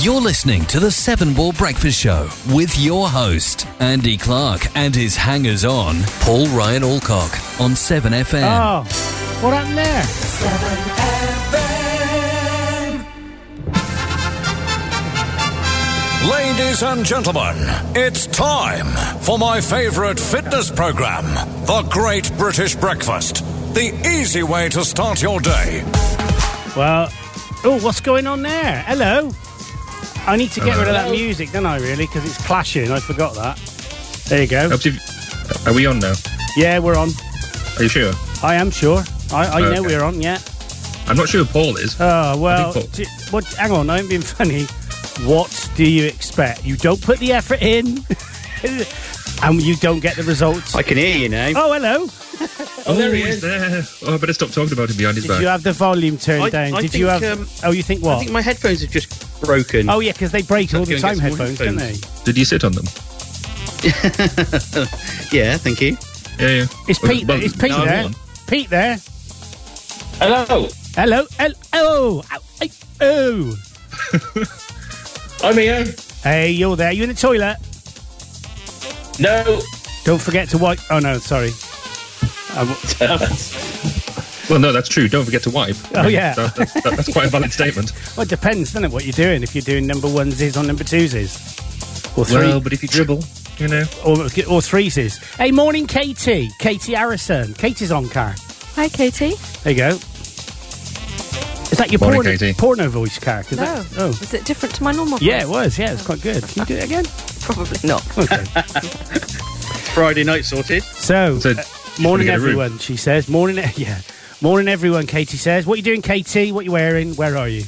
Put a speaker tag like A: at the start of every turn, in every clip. A: You're listening to the Seven Ball Breakfast Show with your host, Andy Clark, and his hangers on, Paul Ryan Alcock, on 7FM.
B: Oh, what happened there?
C: Ladies and gentlemen, it's time for my favorite fitness program, The Great British Breakfast. The easy way to start your day.
B: Well, oh, what's going on there? Hello. I need to get rid of that music, don't I, really? Because it's clashing. I forgot that. There you go.
D: Perhaps if- Are we on now?
B: Yeah, we're on.
D: Are you sure?
B: I am sure. I, I know
D: Okay.
B: we're on, yeah.
D: I'm not sure Paul is.
B: Oh, well,
D: Paul-
B: d- what, hang on. I ain't being funny. What do you expect? You don't put the effort in, and you don't get the results.
E: I can hear you now.
B: Oh, hello.
D: oh, there he is. There. Oh, I better stop talking about him behind his
B: Did
D: back.
B: you have the volume turned
E: I-
B: down?
E: I
B: Did you have?
E: think, um,
B: oh, you think
E: I
B: what?
E: think my headphones are just broken.
B: oh, yeah, because they break all
D: Let's go
B: the
D: and
B: time
D: get some more
B: headphones, don't they?
D: headphones. Did you sit on them?
E: yeah, thank you.
D: Yeah, yeah.
B: It's
D: Well,
B: Pete.
D: well,
B: it's Pete
D: no,
B: there.
D: hold on.
B: Pete there.
F: Hello,
B: Hello, hello, oh, ow, ay, oh.
F: I'm here.
B: Hey, you're there. You in the toilet?
F: No,
B: Don't forget to wipe. Oh no, sorry. Um,
D: Well, no, that's true. Don't forget to wipe. I
B: Oh,
D: mean,
B: yeah.
D: that- that's, that- that's quite a valid statement.
B: well, it depends, doesn't it? What you're doing? If you're doing number onesies or number twosies, or three
D: Well, but if you dribble, you know.
B: or, or threesies. Hey, morning, Katie. Katie Harrison. Katie's on car.
G: Hi, Katie.
B: There you go. Is that your
D: Morning,
B: porno,
D: Katie.
B: porno voice car? 'Cause
G: No.
B: that- oh.
G: Is it different to my normal
B: Yeah, it
G: voice?
B: was. Yeah, it's quite good. Can you do it again?
G: Probably not.
B: Okay.
E: It's Friday night sorted.
B: So,
D: So,
B: uh, morning
D: get a room.
B: everyone, she says. Morning, yeah. Morning everyone, Katie says. What are you doing, Katie? What are you wearing? Where are you?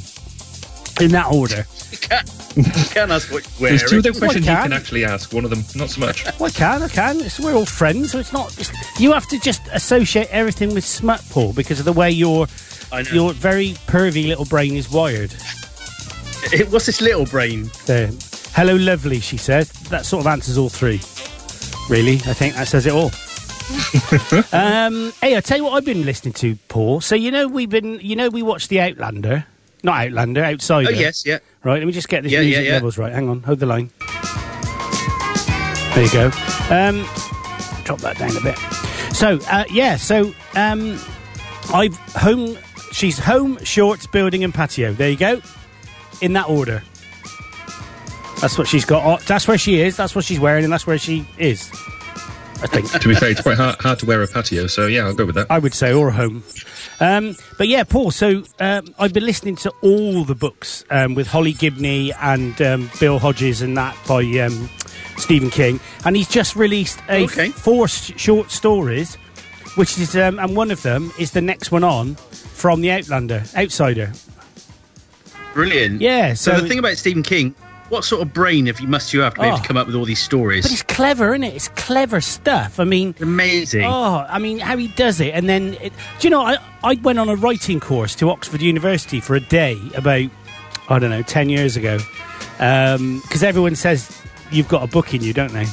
B: In that order.
E: You can't, you can't ask what you're
D: There's two
E: wearing.
D: of them questions you
B: can.
D: can actually ask. One of them, not so much.
B: Well, I can, I can. It's, we're all friends, so it's not. It's, you have to just associate everything with smut, Paul, because of the way your
E: I know.
B: your very pervy little brain is wired.
E: What's this little brain?
B: There. Hello, lovely, she says. That sort of answers all three. Really, I think that says it all. um, hey, I tell you what I've been listening to, Paul. So you know we've been, you know we watched The Outlander, not Outlander, Outsider.
E: Oh, yes, yeah.
B: Right, let me just get this
E: Yeah, yeah,
B: music
E: yeah.
B: levels right. Hang on, hold the line. There you go. Um, drop that down a bit. So uh, yeah, so um, I've home. She's home, shorts, building, and patio. There you go, in that order. That's what she's got. on- That's where she is. That's what she's wearing, and that's where she is. I think.
D: To be fair, it's quite hard, hard to wear a patio, so yeah, I'll go with that.
B: I would say, or home. Um, but yeah, Paul. So um, I've been listening to all the books um, with Holly Gibney and um, Bill Hodges and that by um, Stephen King, and he's just released a
E: Okay.
B: four s- short stories, which is um, and one of them is the next one on from the Outlander, Outsider.
E: Brilliant.
B: Yeah,
E: So,
B: so-
E: the thing about Stephen King, what sort of brain have you must you have to be able
B: Oh.
E: to come up with all these
B: But
E: stories?
B: it's clever, isn't it? It's clever stuff. I mean,
E: Amazing.
B: Oh, I mean, how he does it, and then it, do you know? I I went on a writing course to Oxford University for a day about I don't know ten years ago, because everyone says you've got a book in you, don't they?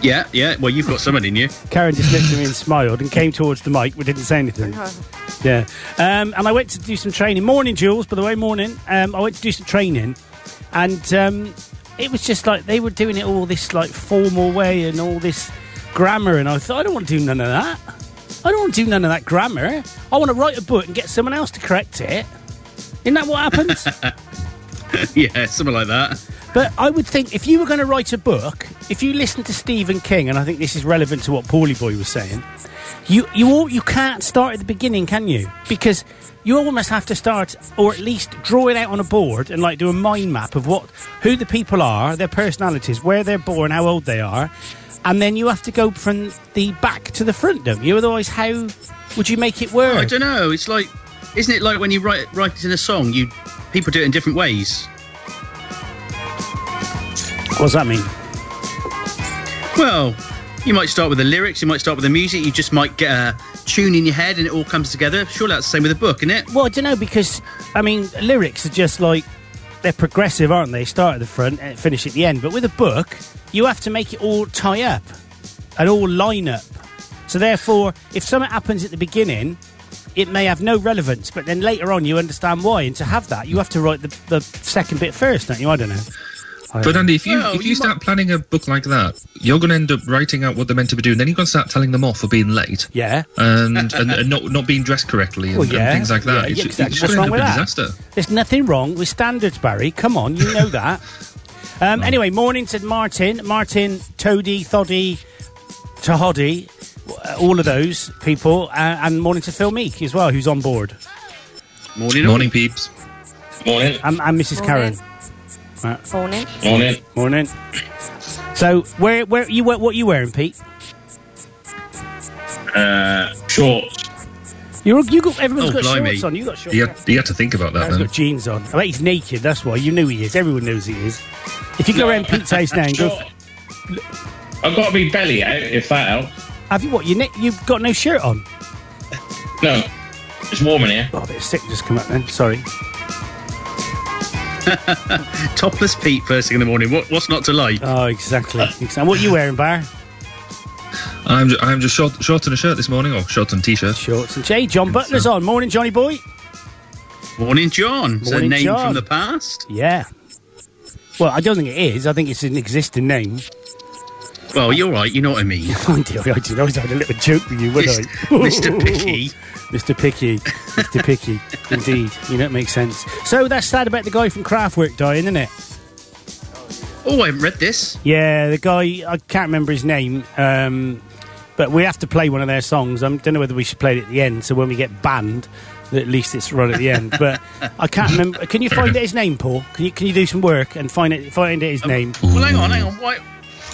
E: Yeah, yeah. Well, you've got someone in you.
B: Karen just looked at me and smiled and came towards the mic, but didn't say anything. Yeah, um, and I went to do some training. Morning, Jules. By the way, morning. Um, I went to do some training, and um, it was just like they were doing it all this like formal way and all this grammar, and I thought I don't want to do none of that. I don't want to do none of that grammar. I want to write a book and get someone else to correct it. Isn't that what happens?
E: yeah, something like that.
B: But I would think if you were going to write a book, if you listen to Stephen King, and I think this is relevant to what Paulie Boy was saying, you you all, you can't start at the beginning, can you? Because you almost have to start, or at least draw it out on a board and like do a mind map of what who the people are, their personalities, where they're born, how old they are, and then you have to go from the back to the front, don't you? Otherwise, how would you make it work?
E: I don't know. It's like, isn't it like when you write write it in a song? You people do it in different ways.
B: what does that mean?
E: Well, you might start with the lyrics, you might start with the music, you just might get a tune in your head and it all comes together. Sure, that's the same with a book, isn't it?
B: Well, I don't know because I mean lyrics are just like they're progressive, aren't they? Start at the front and finish at the end. But with a book, you have to make it all tie up and all line up. So therefore, if something happens at the beginning, it may have no relevance, but then later on you understand why. And to have that, you have to write the, the second bit first, don't you? I don't know. I
D: But
B: don't know.
D: Andy, if you
E: Well,
D: if you,
E: you
D: start planning a book like that, you're going to end up writing out what they're meant to be doing. Then you're going to start telling them off for being late
B: yeah.
D: and, and, and not not being dressed correctly and,
B: Well,
D: and
B: yeah,
D: things like that.
B: yeah,
D: it's,
B: yeah,
D: it's
B: exactly.
D: going
B: What's
D: to
B: wrong
D: end up
B: with
D: a
B: that?
D: disaster.
B: There's nothing wrong with standards, Barry. Come on, you know that. Um, Anyway, morning said Martin. Martin, Toady, Thoddy, Tahoddy, uh, all of those people. Uh, and morning to Phil Meek as well, who's on board.
E: Morning.
D: Morning, peeps.
F: Morning.
B: And, and Mrs. Karen.
G: Morning. Morning.
F: Morning.
B: Morning. So, where where you wear- what you wearing, Pete?
F: Uh, shorts.
B: You're, you got everyone's
E: Oh,
B: got
E: blimey.
B: shorts on. You got shorts.
D: You had, you had to think about that
B: He's
D: then.
B: got jeans on. I bet he's naked. That's why you knew he is. Everyone knows he is. If you go around Pete's house now and go,
F: Short. I've got to be belly out if that helps.
B: have you what? You ne- you've got no shirt on.
F: No, it's warm in here.
B: Oh, a bit of sick just come up then. Sorry.
E: Topless Pete first thing in the morning. What, what's not to like?
B: Oh, exactly. exactly. What are you wearing, Bar?
D: I'm ju- I'm just short short and a shirt this morning, or short and t-shirt.
B: Shorts and Jay. John Butler's on. Morning, Johnny boy.
E: Morning, John. It's a
B: Morning,
E: name
B: John.
E: from the past.
B: Yeah. Well, I don't think it is. I think it's an existing name.
E: Well, you're right. You know what I mean.
B: I did. I did. I was having a little joke with you, wasn't I?
E: Mr. Picky.
B: Mr. Picky. Mr. Picky. Indeed. You know, it makes sense. So that's sad about the guy from Kraftwerk dying, isn't it?
E: Oh, I haven't read this.
B: Yeah, the guy, I can't remember his name, um, but we have to play one of their songs. I don't know whether we should play it at the end, so when we get banned, at least it's right at the end. But I can't remember. Can you find out his name, Paul? Can you, can you do some work and find it, find out
E: Um,
B: his name?
E: Well, hang on, hang on. Why,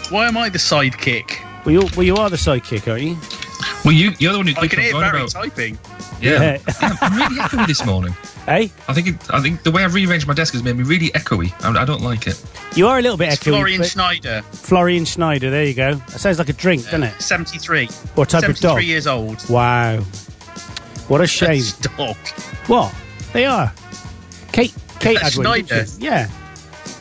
E: why am I the sidekick?
B: Well, you, well, you are the sidekick, aren't you?
D: Well, you you're the one who
E: I
D: keeps
E: can
D: on
E: hear
D: going
E: Barry
D: about.
E: typing.
D: Yeah, yeah, I'm really echoey this morning.
B: Hey,
D: I think it, I think the way I've rearranged my desk has made me really echoey. I, I don't like it.
B: you are a little bit
E: It's
B: echoey.
E: Florian
B: but-
E: Schneider,
B: Florian Schneider, there you go. That sounds like a drink, doesn't it?
E: 73.
B: What type of
E: 73
B: dog?
E: years old.
B: Wow. What a shame.
E: That's dog.
B: What? They are. Kate, Kate
E: That's
B: Edwin.
E: Schneider.
B: Yeah.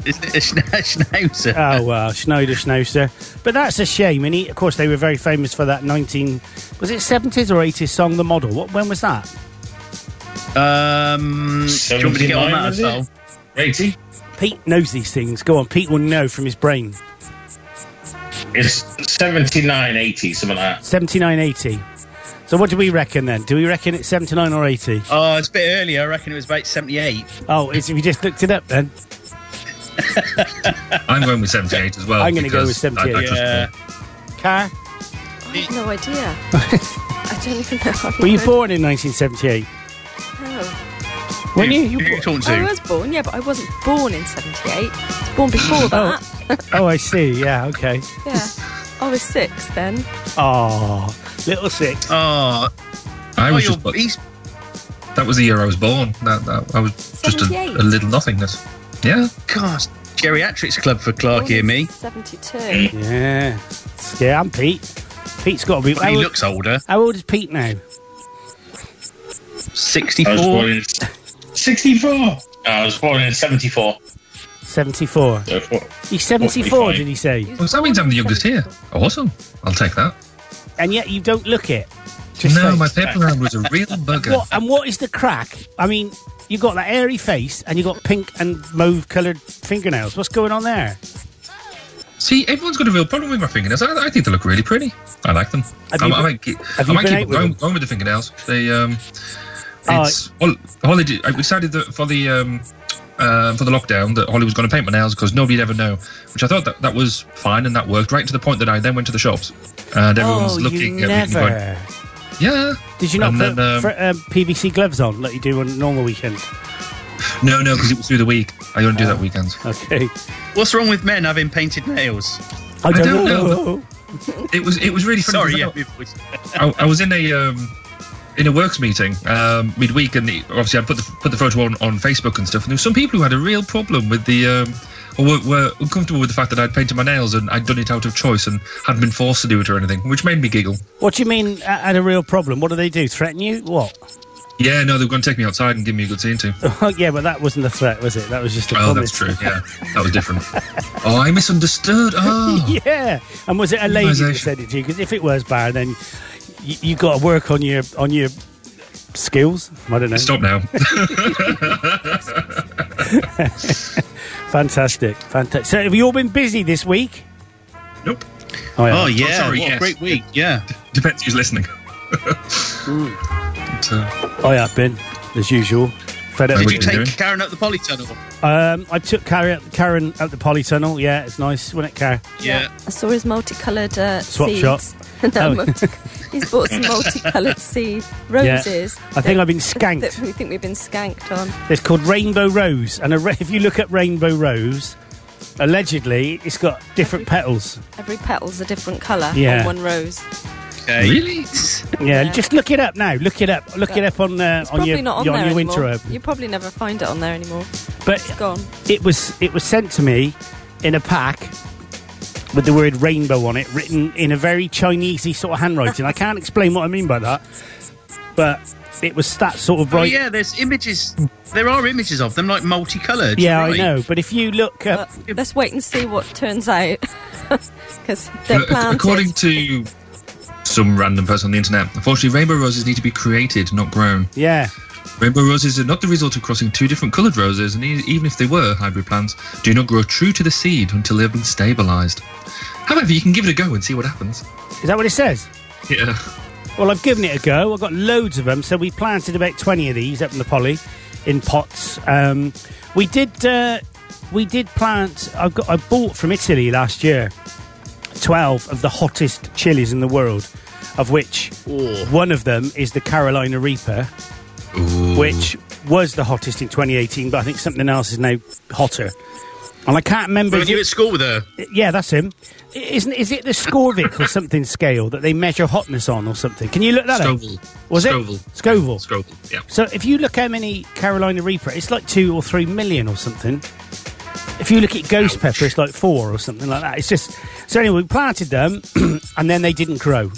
E: It's a schna- schnauzer.
B: Oh well, Schneider Schnauzer. But that's a shame. And he, of course, they were very famous for that nineteen was it seventies or eighties song, The Model. What when was that?
E: um, do you want me to get on
F: 79,
E: that as
F: was it?
E: well?
F: Eighty.
B: Pete knows these things. Go on, Pete will know from his brain.
F: It's 79, 80, something like that.
B: Seventy nine eighty. So what do we reckon then? Do we reckon it's seventy nine or eighty?
E: Oh, it's a bit earlier. I reckon it was about 78.
B: Oh, it's, we just looked it up then.
D: I'm going with 78 as well.
B: I'm gonna go
D: because
B: with 78.
D: I, I trust
E: Yeah.
D: Paul.
B: Car,
G: I have no idea. I don't even know. I've
B: were you
G: never-
B: born in nineteen seventy eight?
G: No.
B: Weren't you?
E: Who-
B: You
E: who
B: were
E: you talking
G: I
E: to?
G: was born, yeah, but I wasn't born in 78. I was born before that.
B: Oh, I see. Yeah. Okay.
G: Yeah. I was six then.
B: Oh, little six.
E: Oh,
D: I
E: oh,
D: was
E: you're-
D: just, bu-
E: he's
D: that was the year I was born. That, that I was just a,
G: 78.
D: a little nothingness. Yeah,
E: God, geriatrics club for Clark here,
G: Born in
E: me.
G: 72.
B: Yeah. Yeah, I'm Pete. Pete's got to be.
E: But
B: How
E: he
B: old,
E: looks older.
B: how old is Pete now?
F: I was
E: 64.
F: born in 64. No, I was born in 74.
B: Seventy four.
F: So four-
B: He's 74,
F: 45.
B: did he say?
G: He was
D: well, that means
G: born
D: I'm the
G: in
D: youngest here.
G: 74.
D: Awesome. I'll take that.
B: And yet you don't look it. Just
D: no,
B: like-
D: my paper round was a real bugger.
B: what, and what is the crack? I mean, you've got that airy face and you've got pink and mauve coloured fingernails. What's going on there?
D: See, everyone's got a real problem with my fingernails. I, I think they look really pretty. I like them.
B: Have
D: I,
B: you
D: I
B: been-
D: might, keep-
B: have
D: I
B: you
D: might
B: been
D: keep
B: out with
D: going,
B: them?
D: going with the fingernails. They, um,
B: Oh,
D: it's well, Holly. Did, I uh, decided that for the um, uh, for the lockdown that Holly was going to paint my nails because nobody'd ever know, which I thought that that was fine and that worked right to the point that I then went to the shops and everyone
B: oh,
D: was looking
B: you
D: at me and going,
B: never.
D: "Yeah,
B: Did you not
D: And
B: put
D: then, um,
B: fr- um, PVC gloves on like you do on a normal weekend?
D: no, no," because it was through the week. I don't do
B: Oh.
D: that weekends.
B: Okay.
E: What's wrong with men having painted nails?
B: I don't,
D: don't
B: know.
D: know. It was it was really funny.
E: Sorry,
D: 'cause I
E: yeah.
D: don't- I, I was in a um, in a works meeting um, midweek, and the, obviously I put the put the photo on, on Facebook and stuff. And there were some people who had a real problem with the um, or were, were uncomfortable with the fact that I'd painted my nails and I'd done it out of choice and hadn't been forced to do it or anything, which made me giggle.
B: What do you mean, I had a real problem? What do they do? Threaten you? What?
D: Yeah, no, they were going to take me outside and give me a good scene too.
B: yeah, but that wasn't a threat, was it? That was just a
D: Oh, that's
B: promise.
D: true. Yeah, that was different. oh, I misunderstood. Oh,
B: Yeah, and was it a lady that
D: Organisation.
B: said it to you? Because if it was Bar, then you, you got to work on your on your skills. I don't know.
D: Stop now.
B: Fantastic, fantastic. So have you all been busy this week?
D: nope.
B: Oh yeah.
E: Oh yeah,
D: sorry,
E: what a
D: yes.
E: great week. Yeah,
D: Depends who's listening. But, uh,
B: I have been, as usual. Fed up
D: Did
B: with
E: did
D: What are
E: you
D: you doing?
E: take Karen up the polytunnel?
B: it. Um, I took Karen, Karen out the polytunnel. Yeah, it's nice, wasn't it, Karen?
E: Yeah.
G: I saw his multicoloured uh,
B: Swap
G: seeds.
B: shot.
G: no,
B: Oh.
G: multi- he's bought some multicoloured seed roses.
B: I think
G: that-
B: I've been
G: That
B: skanked.
G: we think we've been skanked on.
B: It's called Rainbow Rose, and a ra- if you look at Rainbow Rose, allegedly it's got different petals.
G: Every petal's a different colour
B: Yeah.
G: on one rose.
E: Okay.
D: Really?
B: Yeah,
G: Yeah.
B: just look it up now. Look it up. Look it up on uh,
G: It's
B: on
G: probably
B: your
G: not on
B: your-
G: there
B: your
G: anymore.
B: intro.
G: You probably never find it on there anymore. It's
B: But
G: gone.
B: it was it was sent to me in a pack with the word rainbow on it written in a very chinesey sort of handwriting i can't explain what i mean by that but it was that sort of
E: Oh
B: right
E: yeah, there's images. There are images of them, like multicolored.
B: Yeah, i know but if you look up
G: But
E: Uh,
G: let's wait and see what turns out. Because they're
E: Uh,
D: But Uh, ac-
G: planted.
D: according to some random person on the internet, unfortunately, rainbow roses need to be created, not grown.
B: yeah
D: Rainbow roses are not the result of crossing two different coloured roses, and e- even if they were hybrid plants, do not grow true to the seed until they have been stabilised. However, you can give it a go and see what happens.
B: is that what it says
D: Yeah.
B: well i've given it a go i've got loads of them so we planted about 20 of these up in the poly in pots um, we did uh, we did plant i got i bought from italy last year 12 of the hottest chilies in the world of which
E: Oh,
B: One of them is the Carolina Reaper, which was the hottest in 2018, but I think something else is now hotter. And I can't remember.
E: were
B: if
E: you
B: it-
E: at school with her?
B: yeah, that's him. I- Isn't is it the Scorvic or something scale that they measure hotness on or something? Can you look that up?
D: Scoville.
B: Was it
D: Scoville.
B: Scoville?
D: Scoville, yeah.
B: So if you look how many Carolina Reaper, it's like two or three million or something. If you look at Ghost Pepper, it's like four or something like that. It's just so anyway, we planted them and then they didn't grow.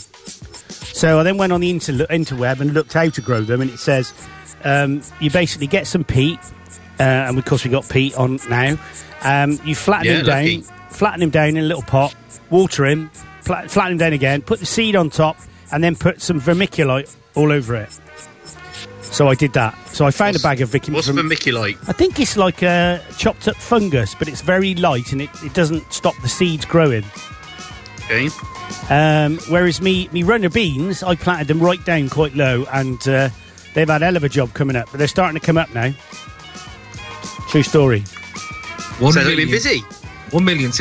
B: So I then went on the inter- interweb and looked how to grow them, and it says um, you basically get some peat, uh, and of course we got peat on now. Um, you flatten
E: Yeah,
B: him down,
E: lucky.
B: flatten him down in a little pot, water him, fla- flatten him down again, put the seed on top, and then put some vermiculite all over it. So I did that. So I found a bag of vermiculite.
E: What's vermiculite?
B: I think it's like a chopped up fungus, but it's very light and it, it doesn't stop the seeds growing.
E: Okay.
B: Um, whereas me, me runner beans, I planted them right down quite low, and uh, they've had a hell of a job coming up. But they're starting to come up now. True story.
D: One
E: So they've been
D: million-
E: busy.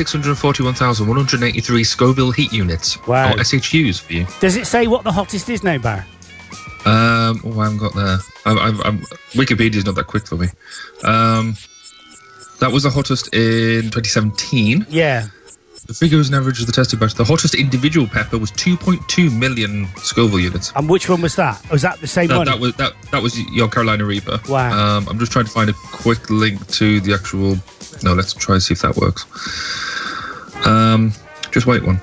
D: 1,641,183 Scoville heat units.
B: Wow.
D: Or SHUs for you.
B: Does it say what the hottest is now, Bar?
D: Um, oh, I haven't got there. I, I, I'm, Wikipedia's not that quick for me. Um, that was the hottest in 2017.
B: Yeah.
D: The figure is an average of the tested batch. The hottest individual pepper was 2.2 million Scoville units.
B: And which one was that? Was that the same
D: That,
B: one?
D: that was that, that was your Carolina Reaper.
B: Wow.
D: Um, I'm just trying to find a quick link to the actual. No, let's try and see if that works. Um, just wait one.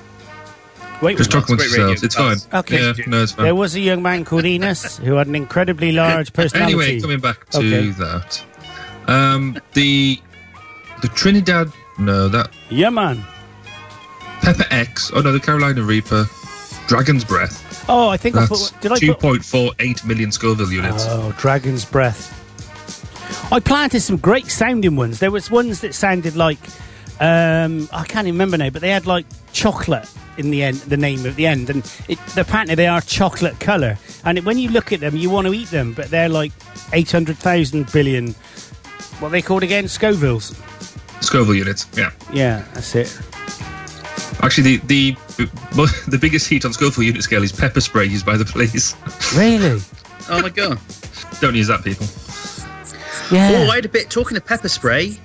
B: Wait,
D: Just
B: what?
D: talk amongst
E: great radio.
D: yourselves. It's fine.
E: That's-
B: Okay.
D: Yeah, no, it's
B: there
D: fine.
B: was a young man called Enos who had an incredibly large personality.
D: Anyway, coming back to
B: Okay.
D: that. Um, the the Trinidad. No, that
B: yeah, man.
D: Pepper X. Oh no, the Carolina Reaper. Dragon's Breath.
B: Oh, I think I
D: That's
B: put. Did I
D: two
B: put?
D: point four eight million Scoville units.
B: Oh, Dragon's Breath. I planted some great sounding ones. There was ones that sounded like um, I can't even remember now, but they had like chocolate in the end, the name at the end, and it, apparently they are chocolate color. And it, when you look at them, you want to eat them, but they're like eight hundred thousand billion. What are they called again? Scovilles.
D: Scoville units. Yeah.
B: Yeah, that's it.
D: Actually, the the the biggest heat on Scoville unit scale is pepper spray used by the police.
B: Really?
E: Oh my god.
D: Don't use that, people.
E: Oh,
B: Yeah.
E: I had a bit talking of pepper spray.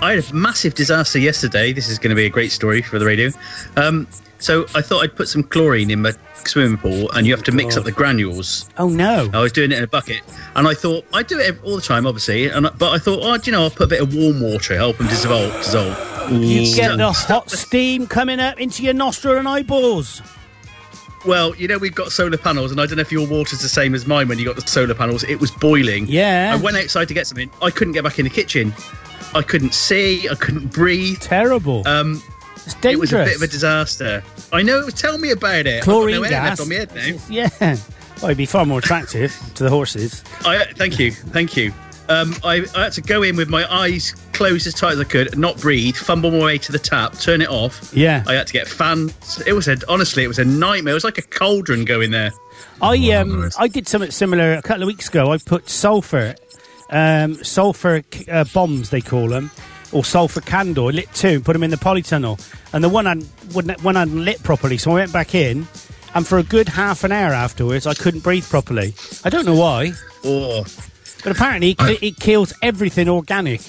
E: I had a massive disaster yesterday. This is going to be a great story for the radio. Um, so I thought I'd put some chlorine in my swimming pool, and you have to mix up the granules.
B: Oh no.
E: I was doing it in a bucket, and I thought I do it ev- all the time, obviously. And I- but I thought, oh, do you know, I'll put a bit of warm water, help them dissolve. dissolve.
B: You get the
E: No.
B: hot steam coming up into your nostril and eyeballs.
E: Well, you know, we've got solar panels, and I don't know if your water's the same as mine. When you got the solar panels, it was boiling.
B: Yeah.
E: I went outside to get something. I couldn't get back in the kitchen. I couldn't see. I couldn't breathe.
B: Terrible.
E: Um,
B: it's dangerous.
E: It was a bit of a disaster. I know. Tell me about it. I've got
B: chlorine
E: no air
B: gas.
E: left on my head now.
B: Yeah. Well, it'd be far more attractive to the horses.
E: I thank you, thank you. Um, I, I had to go in with my eyes closed as tight as I could, not breathe, fumble my way to the tap, turn it off.
B: Yeah.
E: I had to get fans. It was a, honestly, it was a nightmare. It was like a cauldron going there.
B: I um I did something similar a couple of weeks ago. I put sulfur, um, sulfur c- uh, bombs they call them, or sulfur candle. I lit two, and put them in the polytunnel, and the one hadn't wouldn't- one hadn't lit properly. So I went back in, and for a good half an hour afterwards, I couldn't breathe properly. I don't know why,
E: Oh,
B: but apparently it, ki- it kills everything organic.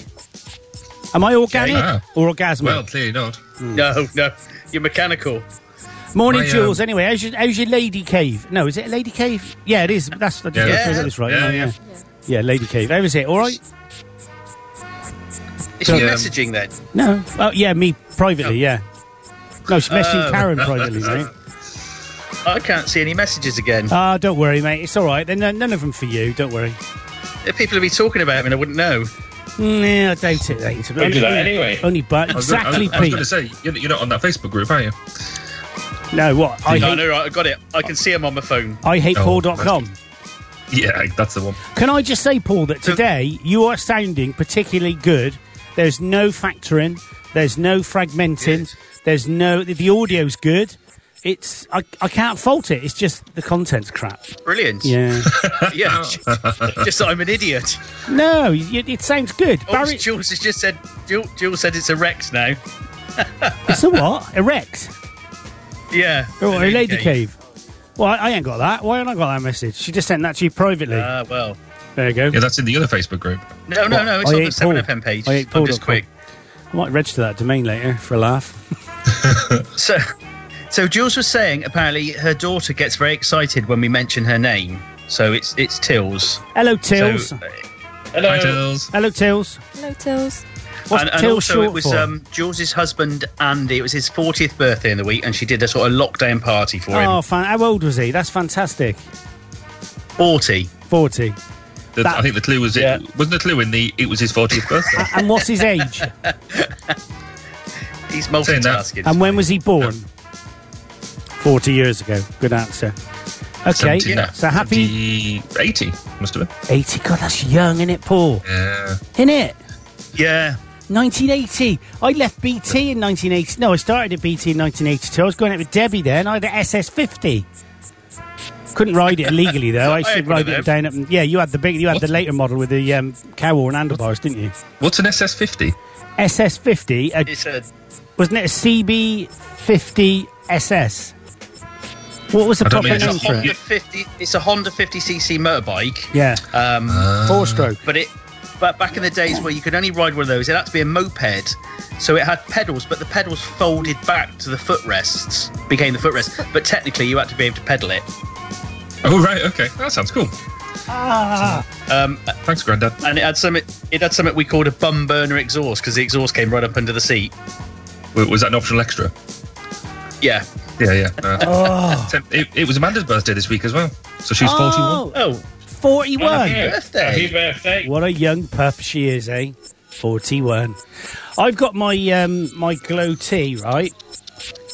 B: Am I organic
D: Ah.
B: or orgasmic?
D: Well, clearly not.
E: no, no. You're mechanical.
B: Morning,
D: My, um,
B: Jules. Anyway, how's your, how's your lady cave? No, is it a lady cave? Yeah, it is. That's I just
D: Yeah.
B: yeah. this right.
D: Yeah,
B: no,
D: yeah.
B: yeah. Yeah, lady cave. How is it? All right.
E: It's your
D: Yeah.
E: messaging then.
B: No. Oh, yeah, me privately. Yeah. No, she's
D: Oh.
B: messaging Karen privately, mate.
E: I can't see any messages again.
B: Ah, don't worry, mate. It's all right. Then none of them for you. Don't worry.
E: If people would be talking about me, and I wouldn't know.
B: Nah, Mm, I doubt it. Mate.
F: We'll do that anyway.
B: Only but
D: I was gonna-
B: exactly,
D: I was,
B: Pete.
D: I was going to say, you're, you're not on that Facebook group, are you?
B: No, what? I
E: no,
B: hate.
E: no, right, I got it. I can see them on my phone.
B: I hate
D: Oh,
B: Paul.com.
D: Yeah, that's the one.
B: Can I just say, Paul, that today you are sounding particularly good. There's no factoring. There's no fragmenting.
E: Yes.
B: There's no. The audio's good. It's. I, I can't fault it. It's just the content's crap.
E: Brilliant.
B: Yeah.
E: Yeah, just that I'm an idiot.
B: no, y it sounds good.
E: Oh, Jules has just said. Jules, Jules said it's a Rex now.
B: It's a what? A Rex?
E: Yeah.
B: Or Oh, a
E: An
B: lady
E: idiot.
B: cave? Well, I, I ain't got that. Why haven't I got that message? She just sent that to you privately.
E: Ah, well.
B: there you go.
D: Yeah, that's in the other Facebook group.
E: No, no, no. It's
B: I
E: on
B: hate
E: the Seven
B: Paul.
E: FM page.
B: I hate
E: I'm just
B: Paul.com.
E: quick.
B: I might register that domain later for a laugh.
E: So, so Jules was saying apparently her daughter gets very excited when we mention her name. So it's it's Tills.
B: Hello, Tills.
E: So, uh,
D: Hi,
F: Hello.
D: Tills.
B: Hello, Tills.
G: Hello, Tills.
B: What's
E: and, and
B: Tills
E: also
B: short
E: it was
B: for?
E: um, Jules's husband Andy. It was his 40th birthday in the week, and she did a sort of lockdown party for
B: oh,
E: him.
B: fan- how old was he? That's fantastic.
E: 40.
B: 40.
D: The-
B: That-
D: I think the clue was it
E: Yeah.
D: wasn't the clue in the it was his 40th birthday.
B: And what's his age?
E: He's
D: Saying that.
E: multitasking.
B: and when was he born? 40 years ago. Good answer. Okay,
D: 70, no,
B: so happy
D: 70, 80 Ah, must have been.
B: 80. God, that's young, innit, Paul?
D: Yeah.
B: Innit?
E: Yeah.
B: 1980. I left BT in 1980. No, I started at BT in 1982. I was going out with Debbie then. I had an SS50. Couldn't ride it illegally though. I
E: I had
B: should
E: one
B: ride
E: of
B: it
E: them.
B: down. Up and, yeah, you had the big, you had the later model with the um, cowl and handlebars, didn't you?
D: What's an SS50?
B: SS50 uh,
E: It's a
B: wasn't it a CB50 SS? What was the
D: I don't
B: proper
D: mean it's a
B: name for
E: Honda
B: it?
E: 50. It's a Honda 50cc motorbike.
B: Yeah,
E: Um,
D: Uh,
B: four stroke.
E: but it but back in the days where you could only ride one of those it had to be a moped so it had pedals but the pedals folded back to the footrests became the footrest but technically you had to be able to pedal it
D: Oh right, okay. That sounds cool.
B: Ah.
E: um,
D: Thanks, Grandad.
E: and it had some it had something we called a bum burner exhaust because the exhaust came right up under the seat
D: W- Was that an optional extra?
E: yeah
D: Yeah, yeah. no. Ten- it, it was Amanda's birthday this week as well, so she's 41.
B: Oh,
E: oh
B: 41.
F: Yeah.
E: Birthday.
F: Happy birthday.
B: What a young pup she is, eh? Forty-one. I've got my um, my glow tea right,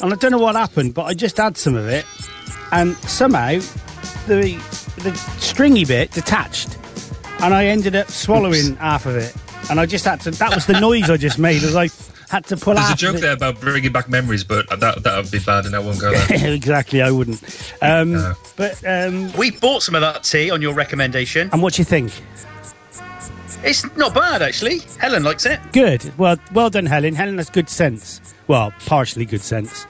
B: and I don't know what happened, but I just had some of it, and somehow the the stringy bit detached, and I ended up swallowing half of it, and I just had to. That was the noise I just made as I had to pull
D: There's a
B: half of
D: joke
B: it-
D: there about bringing back memories, but that that would be bad, and I won't go there.
B: exactly, I wouldn't. Um,
D: No.
B: But um,
E: we bought some of that tea on your recommendation
B: and what do you think?
E: it's not bad actually helen likes it
B: Good. Well, well done, Helen. Helen has good sense. Well, partially good sense.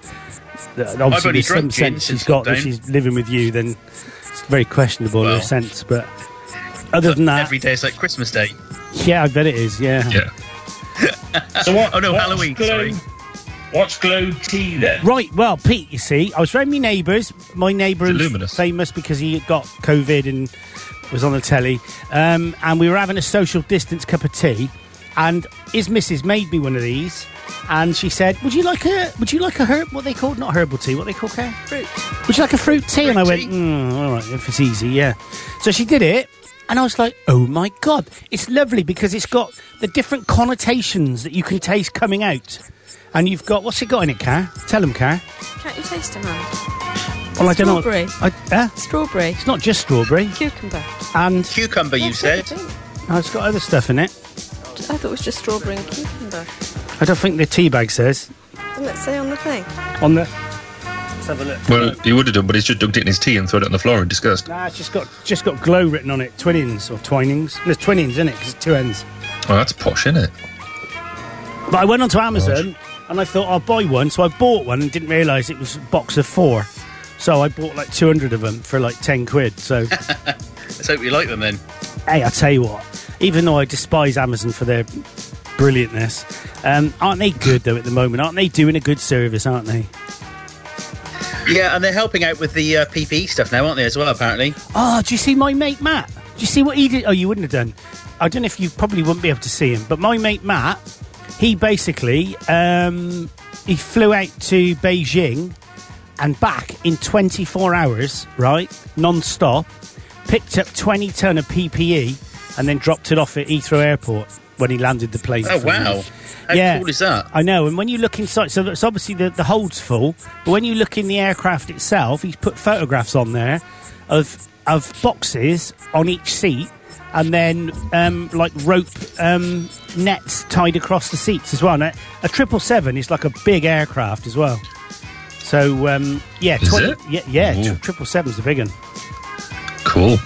B: Uh, Obviously,
E: only
B: there's some
E: drunk gin
B: sense
E: since
B: she's got. If
E: lockdown.
B: she's living with you, then it's very questionable her
E: Well.
B: sense. But other than that,
E: every day it's like christmas day
B: yeah, I bet it is. Yeah.
D: Yeah.
F: So what?
E: Oh, no,
F: what's
E: Halloween,
F: Glow,
E: sorry.
F: What's Glow Tea then?
B: Right. Well, Pete, you see, I was round my neighbours. My neighbour
D: It's
B: who's
D: luminous.
B: famous because he got COVID and was on the telly, um, and we were having a social distance cup of tea, and his missus made me one of these. And she said, "Would you like a? Would you like a herb? What they called not herbal tea? What they call care?
G: Fruit.
B: Would you like a fruit tea? and I
E: Fruit
B: went,
E: tea?
B: mm, all right, if it's easy, yeah. So she did it, and I was like, oh my god, it's lovely because it's got the different connotations that you can taste coming out. And you've got, what's it got in it, Car? Tell them, Car.
G: Can't you taste them, man?
B: Well, I don't know.
G: Strawberry.
B: I, eh?
G: Strawberry.
B: It's not just strawberry,
G: Cucumber.
B: and
E: Cucumber, you
G: That's what
E: said.
G: I think.
B: oh, it's got other stuff in it.
G: I thought it was just strawberry and cucumber.
B: I don't think the tea bag says
G: Doesn't it say on the thing?
B: on the. Let's have a look.
D: Well, he would have done, but he's just dunked it in his tea and thrown it on the floor in disgust.
B: Nah, it's just got just got glow written on it. Twinnings or twinings. There's twinnings in it because it's two ends.
D: Well, Oh, that's posh, isn't it?
B: But I went onto Amazon and I thought I'll buy one, so I bought one and didn't realise it was a box of four. So I bought like 200 of them for like 10 quid. So
E: Let's hope you like them then.
B: hey, I tell you what, even though I despise Amazon for their brilliantness, um, aren't they good though at the moment? Aren't they doing a good service? Aren't they?
E: Yeah, and they're helping out with the uh, PPE stuff now, aren't they, as well, apparently?
B: Oh, do you see my mate Matt? Do you see what he did? Oh, you wouldn't have done. I don't know if you probably wouldn't be able to see him, but my mate Matt, he basically um, he flew out to Beijing and back in 24 hours, right, non-stop, picked up 20 ton of PPE and then dropped it off at Heathrow Airport when he landed the plane.
E: Oh,
B: from-
E: wow. How cool is that?
B: I know. And when you look inside, so it's obviously the, the hold's full, but when you look in the aircraft itself, he's put photographs on there of of boxes on each seat and then um, like rope um, nets tied across the seats as well. Now, a 777 is like a big aircraft as well. So, um, yeah,
D: Is it?
B: yeah, yeah,
D: Ooh.
B: triple seven's a big one.
D: Cool.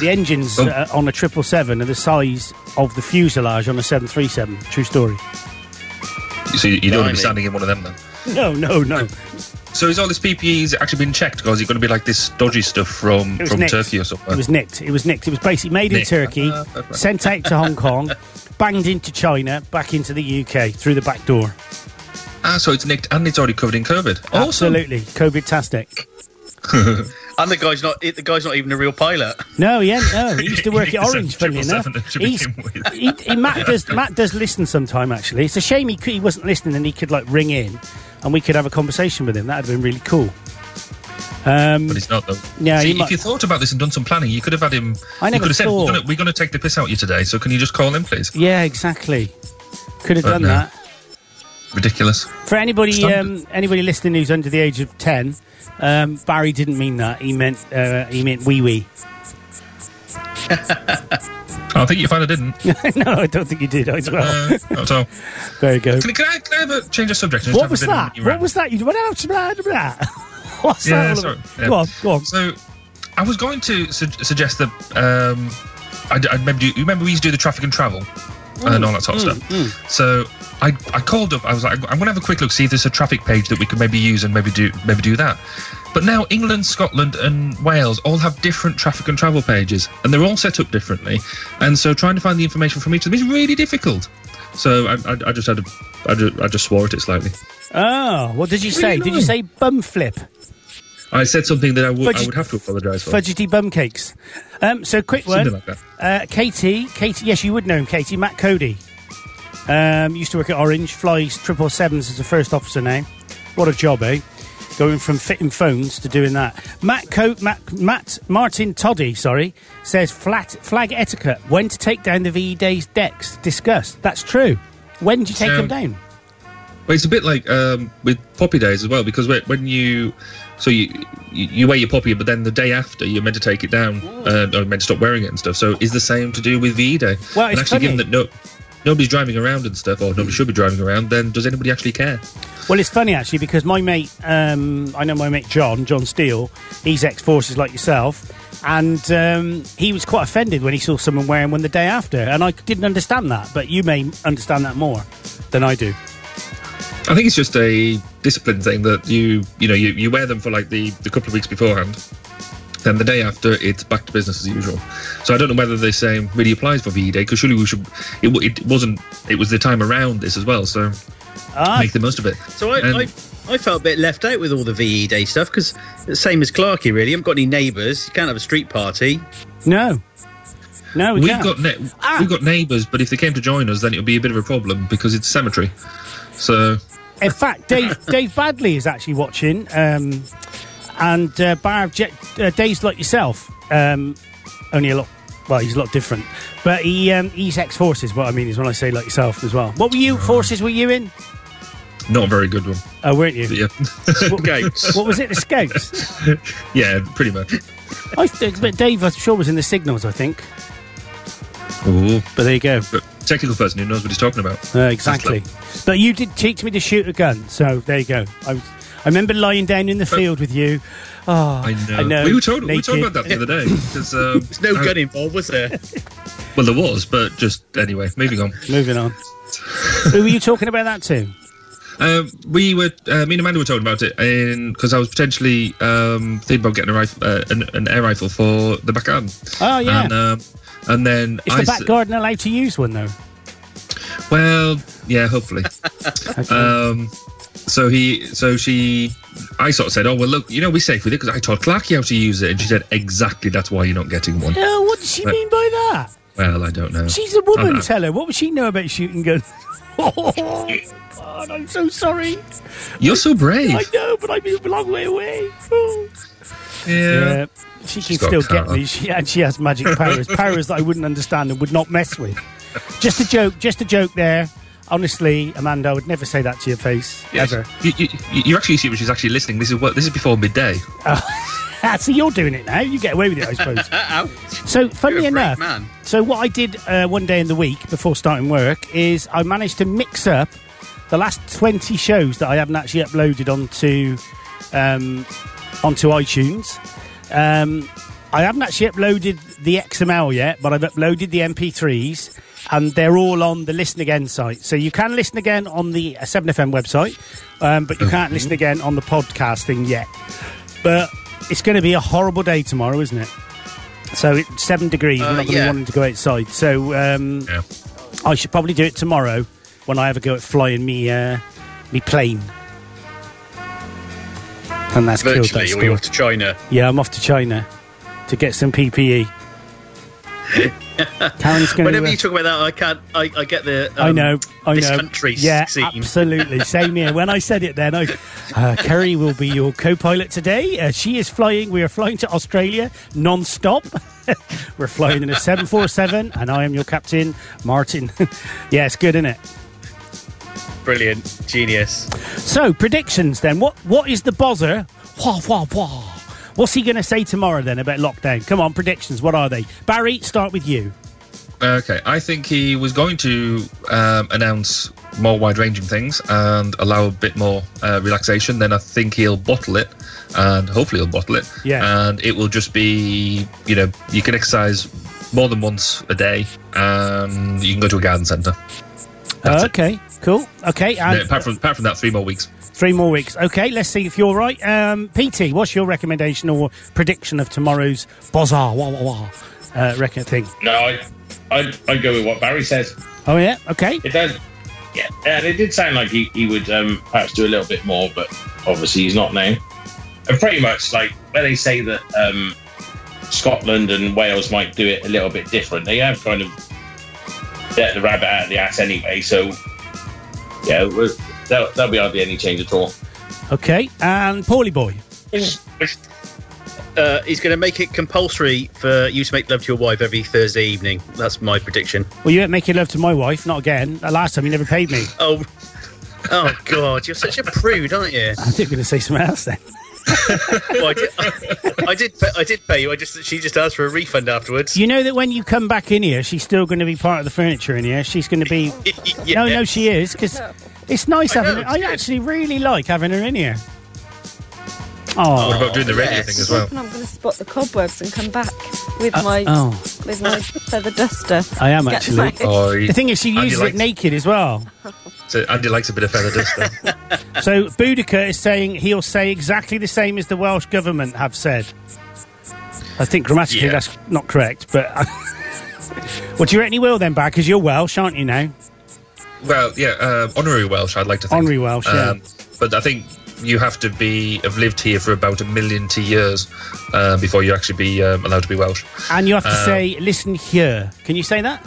B: The engines
D: Oh.
B: uh, on a triple seven are the size of the fuselage on a seven three seven. True story.
D: So you, you don't want to be
E: Blimey.
D: standing in one of them then.
B: No, no, no.
D: So is all this PPE's actually been checked? Or is it going to be like this dodgy stuff from,
B: It was
D: from
B: nicked.
D: Turkey or
B: It
D: something?
B: was nicked. It was nicked. It was basically made in
D: Nicked.
B: Turkey,
D: Ah, okay.
B: sent out to Hong Kong, banged into China, back into the UK through the back door.
D: Ah, so it's nicked and it's already covered in COVID. Oh, Awesome.
B: Absolutely, COVID-tastic.
E: And the guy's not the guy's not even a real pilot.
B: No, yeah, no. He used to work at
D: He's a
B: Orange, funny enough.
D: 777 to
B: He's-
D: begin with.
B: he, he, Matt does. Matt does listen sometime. Actually, it's a shame he could, he wasn't listening and he could like ring in, and we could have a conversation with him. That'd have been really cool. Um,
D: But it's not though.
B: Yeah,
D: See,
B: you
D: if
B: might-
D: you thought about this and done some planning, you could have had him.
B: I
D: you
B: never
D: could have said,
B: thought.
D: we're gonna, "We're going to take the piss out of you today, so can you just call in, please?"
B: yeah, exactly. Could have
D: But
B: done
D: no.
B: that.
D: Ridiculous.
B: For anybody
D: Standard.
B: um, anybody listening who's under the age of ten, um, Barry didn't mean that. He meant uh, he meant wee wee.
D: I think you found I didn't.
B: no, I don't think he did as well.
D: Uh, not at all.
B: There you go.
D: Can, I- can I, can I have a change of subject? and just
B: What
D: have a
B: was
D: bit of a
B: that?
D: mini
B: What
D: rant?
B: was that? You went out to blah blah. blah. What's
D: Yeah,
B: that? all
D: sorry.
B: about?
D: Yeah.
B: Go on, go on.
D: So, I was going to su- suggest that um, I, I remember you remember we used to do the traffic and travel and
B: Mm.
D: all that sort of stuff. So I, I called up. I was like, I'm going to have a quick look, see if there's a traffic page that we could maybe use and maybe do maybe do that. But now England, Scotland, and Wales all have different traffic and travel pages, and they're all set up differently. And so trying to find the information from each of them is really difficult. So I, I, I just had a, I just, I just swore at it slightly.
B: Oh, what did you say? Did you say bum flip?
D: I said something that I would I
B: Fudgy-
D: would have to apologise for.
B: Fudgety bum cakes. Um, so quick one.
D: Something like that.
B: Uh, Katie, Katie, yes, you would know him, Katie. Matt Cody. Um, used to work at Orange, flies triple sevens as a first officer now. What a job, eh? Going from fitting phones to doing that. Matt, Co- Matt, Matt Martin Toddy, sorry, says flat flag etiquette. When to take down the VE Day's decks? Discussed. That's true. When do you take
D: So-
B: them down?
D: Well, it's a bit like um, with poppy days as well, because whe- when you so you, you you wear your poppy, but then the day after you're meant to take it down uh, or meant to stop wearing it and stuff. So is the same to do with VE day?
B: Well,
D: and
B: it's
D: actually, given
B: funny. Hmm.
D: that no nobody's driving around and stuff, or nobody should be driving around, then does anybody actually care?
B: Well, it's funny actually because my mate, um, I know my mate John, John Steele, he's ex forces like yourself, and um, he was quite offended when he saw someone wearing one the day after, and I didn't understand that, but you may understand that more than I do.
D: I think it's just a discipline thing that you you know you, you wear them for like the the couple of weeks beforehand. Then the day after, it's back to business as usual. So I don't know whether the same really applies for VE Day because surely we should. It, w- it wasn't. It was the time around this as well. So
B: Ah,
D: make the most of it.
E: So I,
D: And-
E: I, I felt a bit left out with all the VE Day stuff because same as Clarky, really. I've got any neighbours. You can't have a street party.
B: no, no, we
D: we've
B: can't.
D: got ne-
B: Ah.
D: we've got neighbours, but if they came to join us, then it would be a bit of a problem because it's cemetery. So
B: In fact, Dave Dave Badley is actually watching, um, and uh, Bar of Jet, uh, Dave's like yourself, um, only a lot. Well, he's a lot different, but he um, he's ex forces. What I mean is when I say like yourself as well. What were you forces? Were you in?
D: Not a very good one.
B: Oh, weren't you?
D: But yeah,
E: Goats.
B: What was it? The Scouts.
D: yeah, pretty much.
B: I think, but Dave, I'm sure was in the Signals. I think.
D: Ooh,
B: But there you go.
D: but technical person who knows what he's talking about.
B: Uh, exactly. But you did teach me to shoot a gun, so there you go. I, was, I remember lying down in the field with you. Oh,
D: I know.
B: I know.
D: We were talking. We were talking
B: naked.
D: about that the other day. 'cause, um,
E: There's no
B: Oh.
D: I-
E: gun involved, was there?
D: Well, there was, but just anyway. Moving on.
B: Moving on. Who were you talking about that to?
D: Um, we were, uh, me and Amanda were talking about it, and because I was potentially um, thinking about getting a rifle, uh, an, an air rifle for the back garden.
B: Oh, yeah.
D: And, um, and then
B: Is
D: I,
B: the back
D: s-
B: garden allowed to use one though?
D: well, yeah, hopefully.
B: Okay.
D: um, so he, so she, I sort of said, oh well, look, you know, we're safe with it because I told Clarky how to use it, and she said exactly that's why you're not getting one.
B: oh, what did she
D: but-
B: mean by that?
D: Well, I don't know.
B: She's a woman.
D: I- I-
B: Tell her what would she know about shooting guns? oh, God, I'm so sorry.
D: You're so brave.
B: I know, but I'm a long way away. Oh.
D: yeah.
B: Yeah, Uh, she can
D: She's got
B: still
D: a cat
B: get me. She and she has magic powers, powers that I wouldn't understand and would not mess with. Just a joke, just a joke there. Honestly, Amanda, I would never say that to your face
D: Yes.
B: ever.
D: You, you, you actually see what she's actually listening. This is what this is before midday.
B: Ah, so you're doing it now. You get away with it, I suppose. So, funnily
E: You're a brave
B: enough,
E: man.
B: so what I did uh, one day in the week before starting work is I managed to mix up the last twenty shows that I haven't actually uploaded onto um, onto iTunes. Um, I haven't actually uploaded the XML yet, but I've uploaded the MP3s, and they're all on the Listen Again site. So you can listen again on the uh, 7FM website, um, but you
E: Mm-hmm.
B: can't listen again on the podcast thing yet. But it's going to be a horrible day tomorrow, isn't it? So it's seven degrees.
E: Uh,
B: We're not going to
E: yeah.
B: be wanting to go outside. So um,
D: Yeah.
B: I should probably do it tomorrow when I have a go at flying me uh, me plane. And that's killed that
E: Virtually, or
B: story.
E: you're off to China.
B: Yeah, I'm off to China to get some PPE. Karen's going
E: Whenever
B: to.
E: you talk about that, I can't. I, I get the. Um,
B: I know. I
E: this
B: know.
E: country
B: yeah,
E: scene.
B: absolutely. Same here. When I said it, then I, uh, Kerry will be your co-pilot today. Uh, she is flying. We are flying to Australia non-stop. We're flying in a seven four seven, and I am your captain, Martin. yeah, it's good, isn't it?
E: Brilliant, genius.
B: So predictions then. What what is the buzzer? Wah wah wah. What's he going to say tomorrow then about lockdown? Come on, predictions. What are they? Barry, start with you.
D: Uh, Okay, I think he was going to um, announce more wide-ranging things and allow a bit more uh, relaxation. Then I think he'll bottle it, and hopefully he'll bottle it.
B: Yeah.
D: And it will just be, you know, you can exercise more than once a day, and you can go to a garden centre. That's it.
B: okay, cool. Okay, and
D: Yeah, apart from apart from that, three more weeks.
B: three more weeks. Okay, let's see if you're right. Um, PT, what's your recommendation or prediction of tomorrow's buzzer? Wah wah wah. Uh, reckon thing.
F: No, I, I, I'd go with what Barry says.
B: Oh yeah. Okay.
F: It does. Yeah, and it did sound like he, he would um, perhaps do a little bit more, but obviously he's not now. And pretty much like when they say that um, Scotland and Wales might do it a little bit different, they have kind of let the rabbit out of the ass anyway. So yeah, we're, that'll, that'll be hardly any change at all.
B: Okay. And Paulie boy.
E: Uh, he's going to make it compulsory for you to make love to your wife every Thursday evening. That's my prediction.
B: Well, you ain't making love to my wife. Not again. Uh, Last time you never paid me.
E: Oh, oh God, you're such a prude, aren't you?
B: I think we're going to say something else then.
E: Well, I, did, I did, pay, I did pay you. I just, she just asked for a refund afterwards.
B: You know that when you come back in here, she's still going to be part of the furniture in here. She's going to be.
E: Yeah.
B: No, no, she is because it's nice
E: I know,
B: having. her.
E: it's
B: I
E: good.
B: actually really like having her in here.
D: What
B: Oh,
D: about doing the radio
E: yes.
D: thing as well?
G: And I'm going to spot the cobwebs and come back with my
B: oh.
G: with my feather duster.
B: I am
G: Get
B: actually.
G: my-
D: Oh, he-
B: the thing is, she
D: Andy
B: uses it
D: likes-
B: naked as well.
D: so Andy likes a bit of feather dust. though.
B: So Boudicca is saying he'll say exactly the same as the Welsh government have said. I think grammatically
D: Yeah.
B: that's not correct, but. Well, do you reckon he will then, Bad? Because you're Welsh, aren't you now?
D: Well, yeah, um, honorary Welsh, I'd like to think. Um,
B: Honorary Welsh, yeah.
D: But I think you have to be have lived here for about a million to years uh, before you actually be um, allowed to be Welsh.
B: And you have to
E: Uh,
B: say, listen here. Can you say that?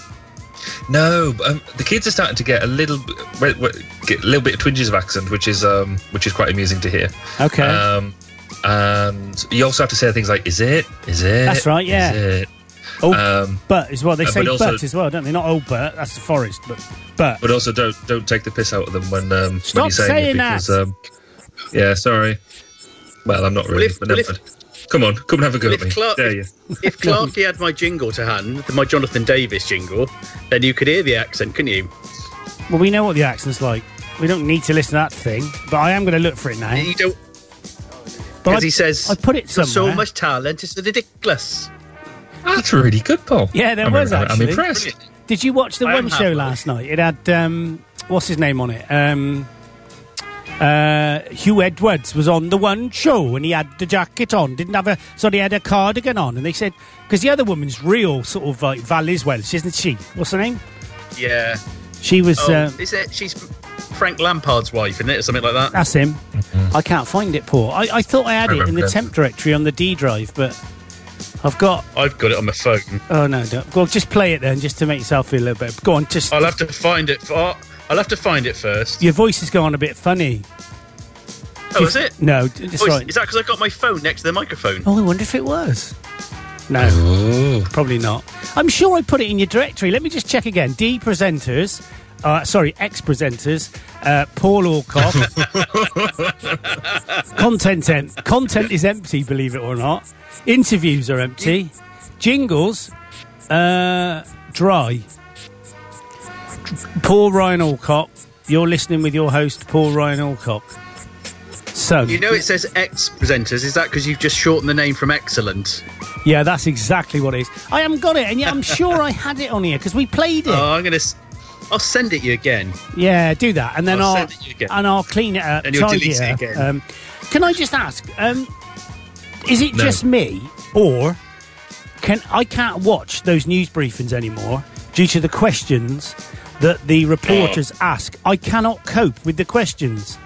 D: No, but, um, the kids are starting to get a little b- w- w- get a little bit of twinges of accent, which is um, which is quite amusing to hear.
E: uh,
B: Okay.
D: Um, and you also have to say things like "is it?" "Is it?"
B: That's right, yeah.
D: "Is it?"
B: Oh,
E: uh,
D: Um,
B: but as well. They
D: uh,
B: say
D: but also-
B: but as well, don't they? Not old but. That's the forest, but but.
D: but also don't don't take the piss out of them when um,
B: Stop
D: when you say
B: saying
D: it
B: that.
D: because um, yeah, sorry. Well, I'm not really,
E: if-
D: but
E: well,
D: never
E: if-
D: mind. Come on, come and have a go
E: well,
D: at
E: if
D: me.
E: Clark-
D: Dare you?
E: If Clarky had my jingle to hand, my Jonathan Davis jingle, then you could hear the accent, couldn't you?
B: Well, we know what the accent's like. We don't need to listen to that thing, but I am going to look for it now.
E: You don't
B: But
E: Because
B: I-
E: he says,
B: I put it
E: "You've
B: somewhere.
E: got so much talent, it's ridiculous.
D: That's really good, Paul.
B: Yeah, there
D: I'm,
B: was
D: I'm,
B: actually.
D: I'm impressed.
B: Did you watch the
E: I am
B: one show
E: happy.
B: last night? It had um, what's his name on it? Um, uh, Hugh Edwards was on the one show, and he had the jacket on. Didn't have a sorry, he had a cardigan on. And they said because the other woman's real sort of like Val is Welsh, isn't she? What's her name?
E: Yeah.
B: She was.
E: Oh,
B: uh,
E: is it? She's Frank Lampard's wife, isn't it, or something like that?
B: that's him.
E: Mm-hmm.
B: I can't find it, Paul. I, I thought I had
D: I
B: it in the
D: remember.
B: temp directory on the D drive, but I've got.
E: I've got it on my phone.
B: Oh no! Don't. Well, just play it then, just to make yourself feel a little better. Go on, just
E: I'll have to find it. For, I'll have to find it first.
B: your voice is going a bit funny.
E: Oh, is it?
B: No, d- it's
E: Oh, is,
B: right.
E: is that because I got my phone next to the microphone?
B: Oh, I wonder if it was. No,
D: Ooh.
B: probably not. I'm sure I put it in your directory. Let me just check again. D presenters, uh, sorry, ex presenters, uh, Paul Alcock. content, em- content is empty, believe it or not. Interviews are empty. Jingles, uh, dry. Paul Ryan Alcock. You're listening with your host, Paul Ryan Alcock. So,
E: You know it says ex presenters. Is that because you've just shortened the name from excellent?
B: Yeah, that's exactly what it is. I haven't got it, and yet I'm sure I had it on here because we played it.
E: Oh, I'm gonna. s- I'll send it you again.
B: yeah, do that, and then
E: I'll
B: I'll,
E: send it you again.
B: and I'll clean it up,
E: And you'll
B: tidy
E: delete it
B: up.
E: again.
B: Um, can I just ask? Um, is it
D: No.
B: just me, or can I can't watch those news briefings anymore due to the questions that the reporters
E: Oh.
B: ask? I cannot cope with the questions.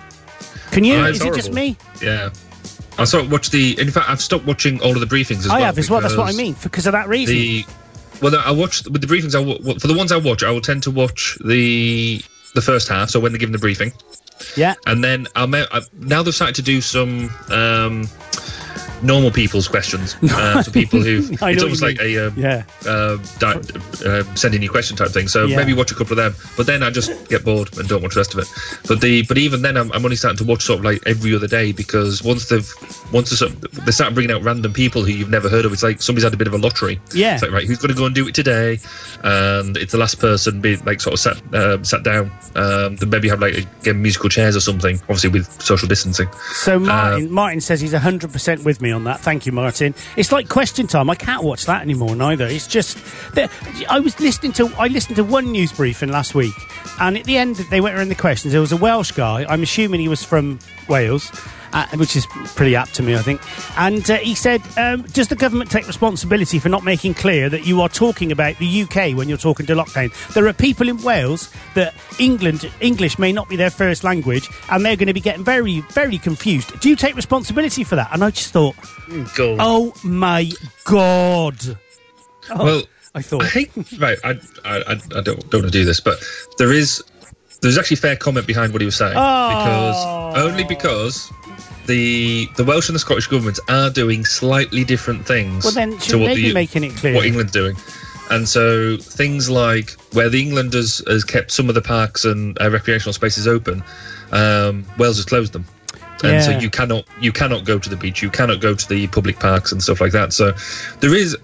B: Can you?
D: Oh,
B: is
D: it's
B: it just
D: horrible.
B: me?
D: Yeah. I sort of watched the. In fact, I've stopped watching all of the briefings as
B: I
D: well.
B: have as well. That's what I
D: because
B: mean because of that reason.
D: The well, I watch with the briefings. I wa- wa- for the ones I watch, I will tend to watch the the first half. So when they're given the briefing,
B: yeah.
D: and then I may, I, now they've started to do some um, normal people's questions uh, for people who've.
B: I know what
D: it's almost
B: you
D: like a um,
B: Yeah.
D: uh, di- uh, sending you question type thing. So
B: Yeah.
D: maybe watch a couple of them, but then I just get bored and don't watch the rest of it. But the but even then, I'm, I'm only starting to watch sort of like every other day because once they've once they sort of, they start bringing out random people who you've never heard of, it's like somebody's had a bit of a lottery.
B: Yeah.
D: It's like right, who's going to go and do it today? And it's the last person being like sort of sat um, sat down. Um, then maybe have like again musical chairs or something, obviously with social distancing.
B: So Martin, Martin says he's hundred percent with me on that. Thank you, Martin. It's like Question Time. I can't watch that anymore neither. It's just that I was listening to I listened to one news briefing last week, and at the end they went around the questions. There was a Welsh guy. I'm assuming he was from Wales. Uh, which is pretty apt to me, I think. And uh, he said, um, Does the government take responsibility for not making clear that you are talking about the UK when you're talking to lockdown? There are people in Wales that England English may not be their first language, and they're going to be getting very, very confused. Do you take responsibility for that? And I just thought,
E: Go.
B: oh my god! Oh,
D: Well,
B: I thought,
D: I hate right. I I, I, I don't don't want to do this, but there is there's actually fair comment behind what he was saying
B: Oh.
D: because only because the the Welsh and the Scottish governments are doing slightly different things.
B: Well, then,
D: to
B: shouldn't
D: what
B: they be
D: the-
B: making it clear?
D: what England's doing? And so things like where the England has, has kept some of the parks and uh, recreational spaces open, um, Wales has closed them and so
B: Yeah.
D: you cannot you cannot go to the beach you cannot go to the public parks and stuff like that so there is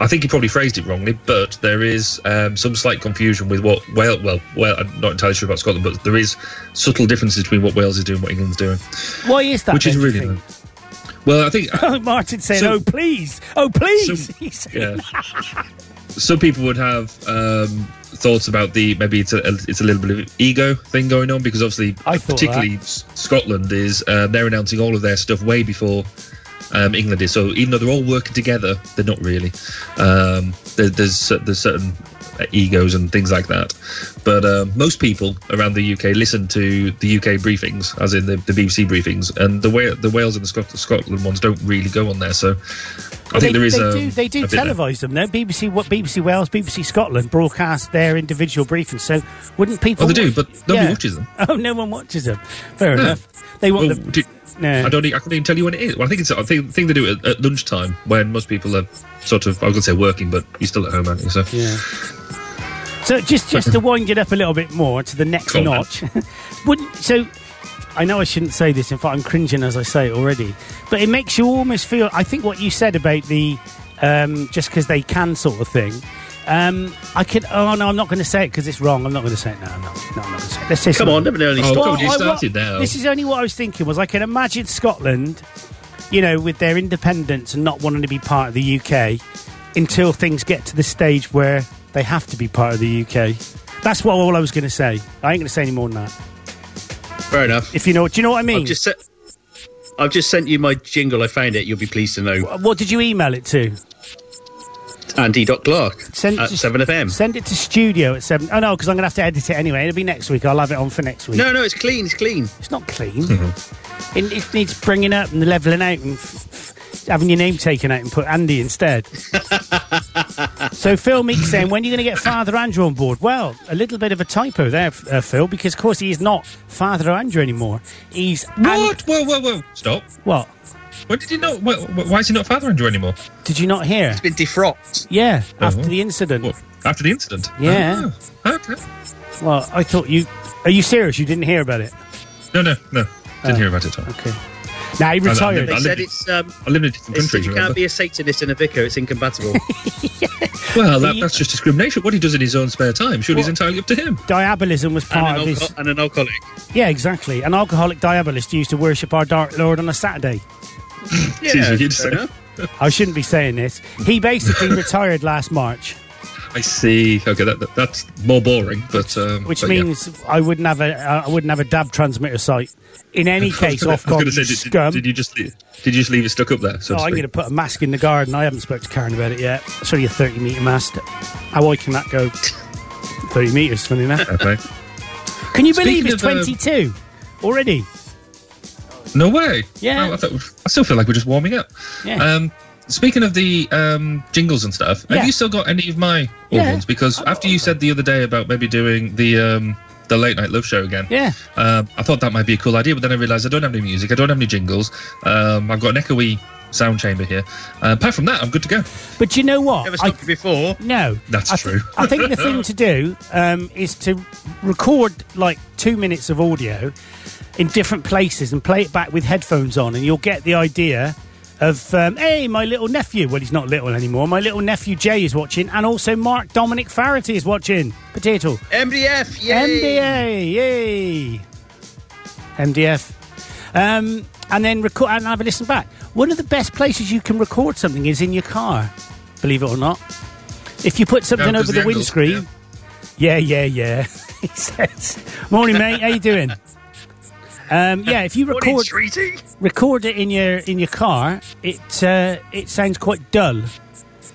D: i think he probably phrased it wrongly but there is um, some slight confusion with what wales well well i'm not entirely sure about scotland but there is subtle differences between what wales is doing and what england's doing
B: why is that?
D: which is
B: then, do you
D: really
B: think?
D: well i think
B: Oh, Martin said,
D: So-
B: "Oh please, oh please."
D: So-
B: He said,
D: yeah. Some people would have um, thoughts about the maybe it's a it's a little bit of ego thing going on because obviously,
B: I thought
D: particularly S- Scotland is uh, they're announcing all of their stuff way before um, England is. So even though they're all working together, they're not really. Um, there, there's cer- there's certain uh, egos and things like that. But um most people around the UK listen to the UK briefings, as in the, the BBC briefings, and the way the Wales and the Scot- Scotland ones don't really go on there. So I
B: they,
D: think there is
B: they
D: um,
B: do they do
D: a bit there.
B: televise them though. BBC what BBC Wales, BBC Scotland broadcast their individual briefings. So wouldn't people?
D: Oh, they do,
B: watch-
D: but nobody watches them.
B: Oh, no one watches them. Fair enough. They want
D: Well,
B: the
D: do,
B: No.
D: I don't. e- I couldn't even tell you when it is. Well, I think it's a thing, thing they do at, at lunchtime when most people are sort of. I was going to say working, but you're still at home, aren't you? So
B: Yeah. So just just to wind it up a little bit more to the next
D: Go on,
B: notch. Wouldn't so I know I shouldn't say this, in fact I'm cringing as I say it already. But it makes you almost feel I think what you said about the um, just because they can sort of thing. Um, I could. Oh no, I'm not going to say it because it's wrong. I'm not going to say it now. No, no, I'm not going to say it. Let's say
E: Come
B: something.
E: on, never know any
D: Oh,
E: story.
D: God, you
B: I wa-
D: started now.
B: This is only what I was thinking. Was I can imagine Scotland, you know, with their independence and not wanting to be part of the UK until things get to the stage where they have to be part of the UK. That's what all I was going to say. I ain't going to say any more than that.
E: Fair enough.
B: If you know, do you know what I mean?
E: I've just sent. I've just sent you my jingle. I found it. You'll be pleased to know.
B: Uh, what did you email it to?
E: Andy Dot Clark at
B: to-
E: seven FM.
B: Send it to studio at seven. Oh no, because I'm going to have to edit it anyway. It'll be next week. I'll have it on for next week.
E: no, no, it's clean. It's clean.
B: It's not clean.
D: Mm-hmm.
B: it, it needs bringing up and leveling out and f- f- having your name taken out and put Andy instead. so Phil Meek saying, when are you going to get Father Andrew on board? Well, a little bit of a typo there, f- uh, Phil, because of course he is not Father Andrew anymore. He's An-
D: what? Whoa, whoa, whoa! Stop.
B: what?
D: When did you know? Why, why is he not Father Andrew anymore?
B: Did you not hear?
E: It's been defrocked.
B: Yeah, after
D: Uh-huh.
B: the incident.
D: What, after the incident?
B: Yeah.
D: Oh, okay.
B: Well, I thought you. Are you serious? You didn't hear about it?
D: No, no, no.
B: Oh.
D: Didn't hear about it. Tom.
B: Okay. Now he
D: no,
B: retired.
D: I
E: They
D: live
E: said
D: in-
E: it's um.
D: I live in a different
E: It's,
D: country.
E: you
D: remember?
E: can't be a Satanist and a vicar. It's incompatible.
D: Well, that,
B: The-
D: that's just discrimination. What he does in his own spare time, surely is
B: What?
D: entirely up to him.
B: Diabolism was
E: and,
D: Ah,
B: part
E: an
B: of his.
E: alco- and an alcoholic.
B: Yeah, exactly. An alcoholic diabolist used to worship our Dark Lord on a Saturday.
D: Seems
E: Yeah,
D: like you'd say.
E: fair enough.
B: I shouldn't be saying this. He basically retired last March,
D: I see. Okay, that, that, that's more boring, but um,
B: which
D: but yeah.
B: means I wouldn't have a I wouldn't have a dab transmitter site. In any case,
D: I was
B: off gone
D: gonna say, did,
B: scum.
D: Did, did you just leave, did you just leave it stuck up there? So
B: oh,
D: to
B: I'm
D: speak?
B: going to put a mask in the garden. I haven't spoke to Karen about it yet. It's only a 30 meter mask. How high can that go? 30 meters, funny enough.
D: Okay.
B: Can you believe
D: Speaking
B: it's
D: of, uh,
B: 22 already?
D: No way.
B: Yeah.
D: Wow, I, thought, I still feel like we're just warming up.
B: Yeah.
D: Um, speaking of the um, jingles and stuff,
B: Yeah.
D: have you still got any of my old
B: Yeah.
D: ones? Because after you said the other day about maybe doing the um, the late night love show again,
B: Yeah.
D: um, I thought that might be a cool idea, but then I realised I don't have any music, I don't have any jingles. Um, I've got an echoey sound chamber here. Uh, apart from that, I'm good to go.
B: But do you know what?
E: Never
B: I-
E: stopped you before.
B: No,
D: That's
B: I thi-
D: true.
B: I think the thing to do um, is to record like two minutes of audio in different places and play it back with headphones on, and you'll get the idea of um, hey, my little nephew. Well, he's not little anymore. My little nephew Jay is watching, and also Mark Dominic Farity is watching. Potato.
E: MDF. Yay.
B: MDA, yay! MDF. Um, and then record and have a listen back. One of the best places you can record something is in your car, believe it or not. If you put something
D: Yeah, 'cause
B: over
D: the
B: the,
D: angles,
B: windscreen, yeah, yeah, yeah. he says, "Morning, mate. How you doing?" Um, yeah, if you
E: What in
B: record
E: treaty?
B: record it in your in your car, it uh, it sounds quite dull.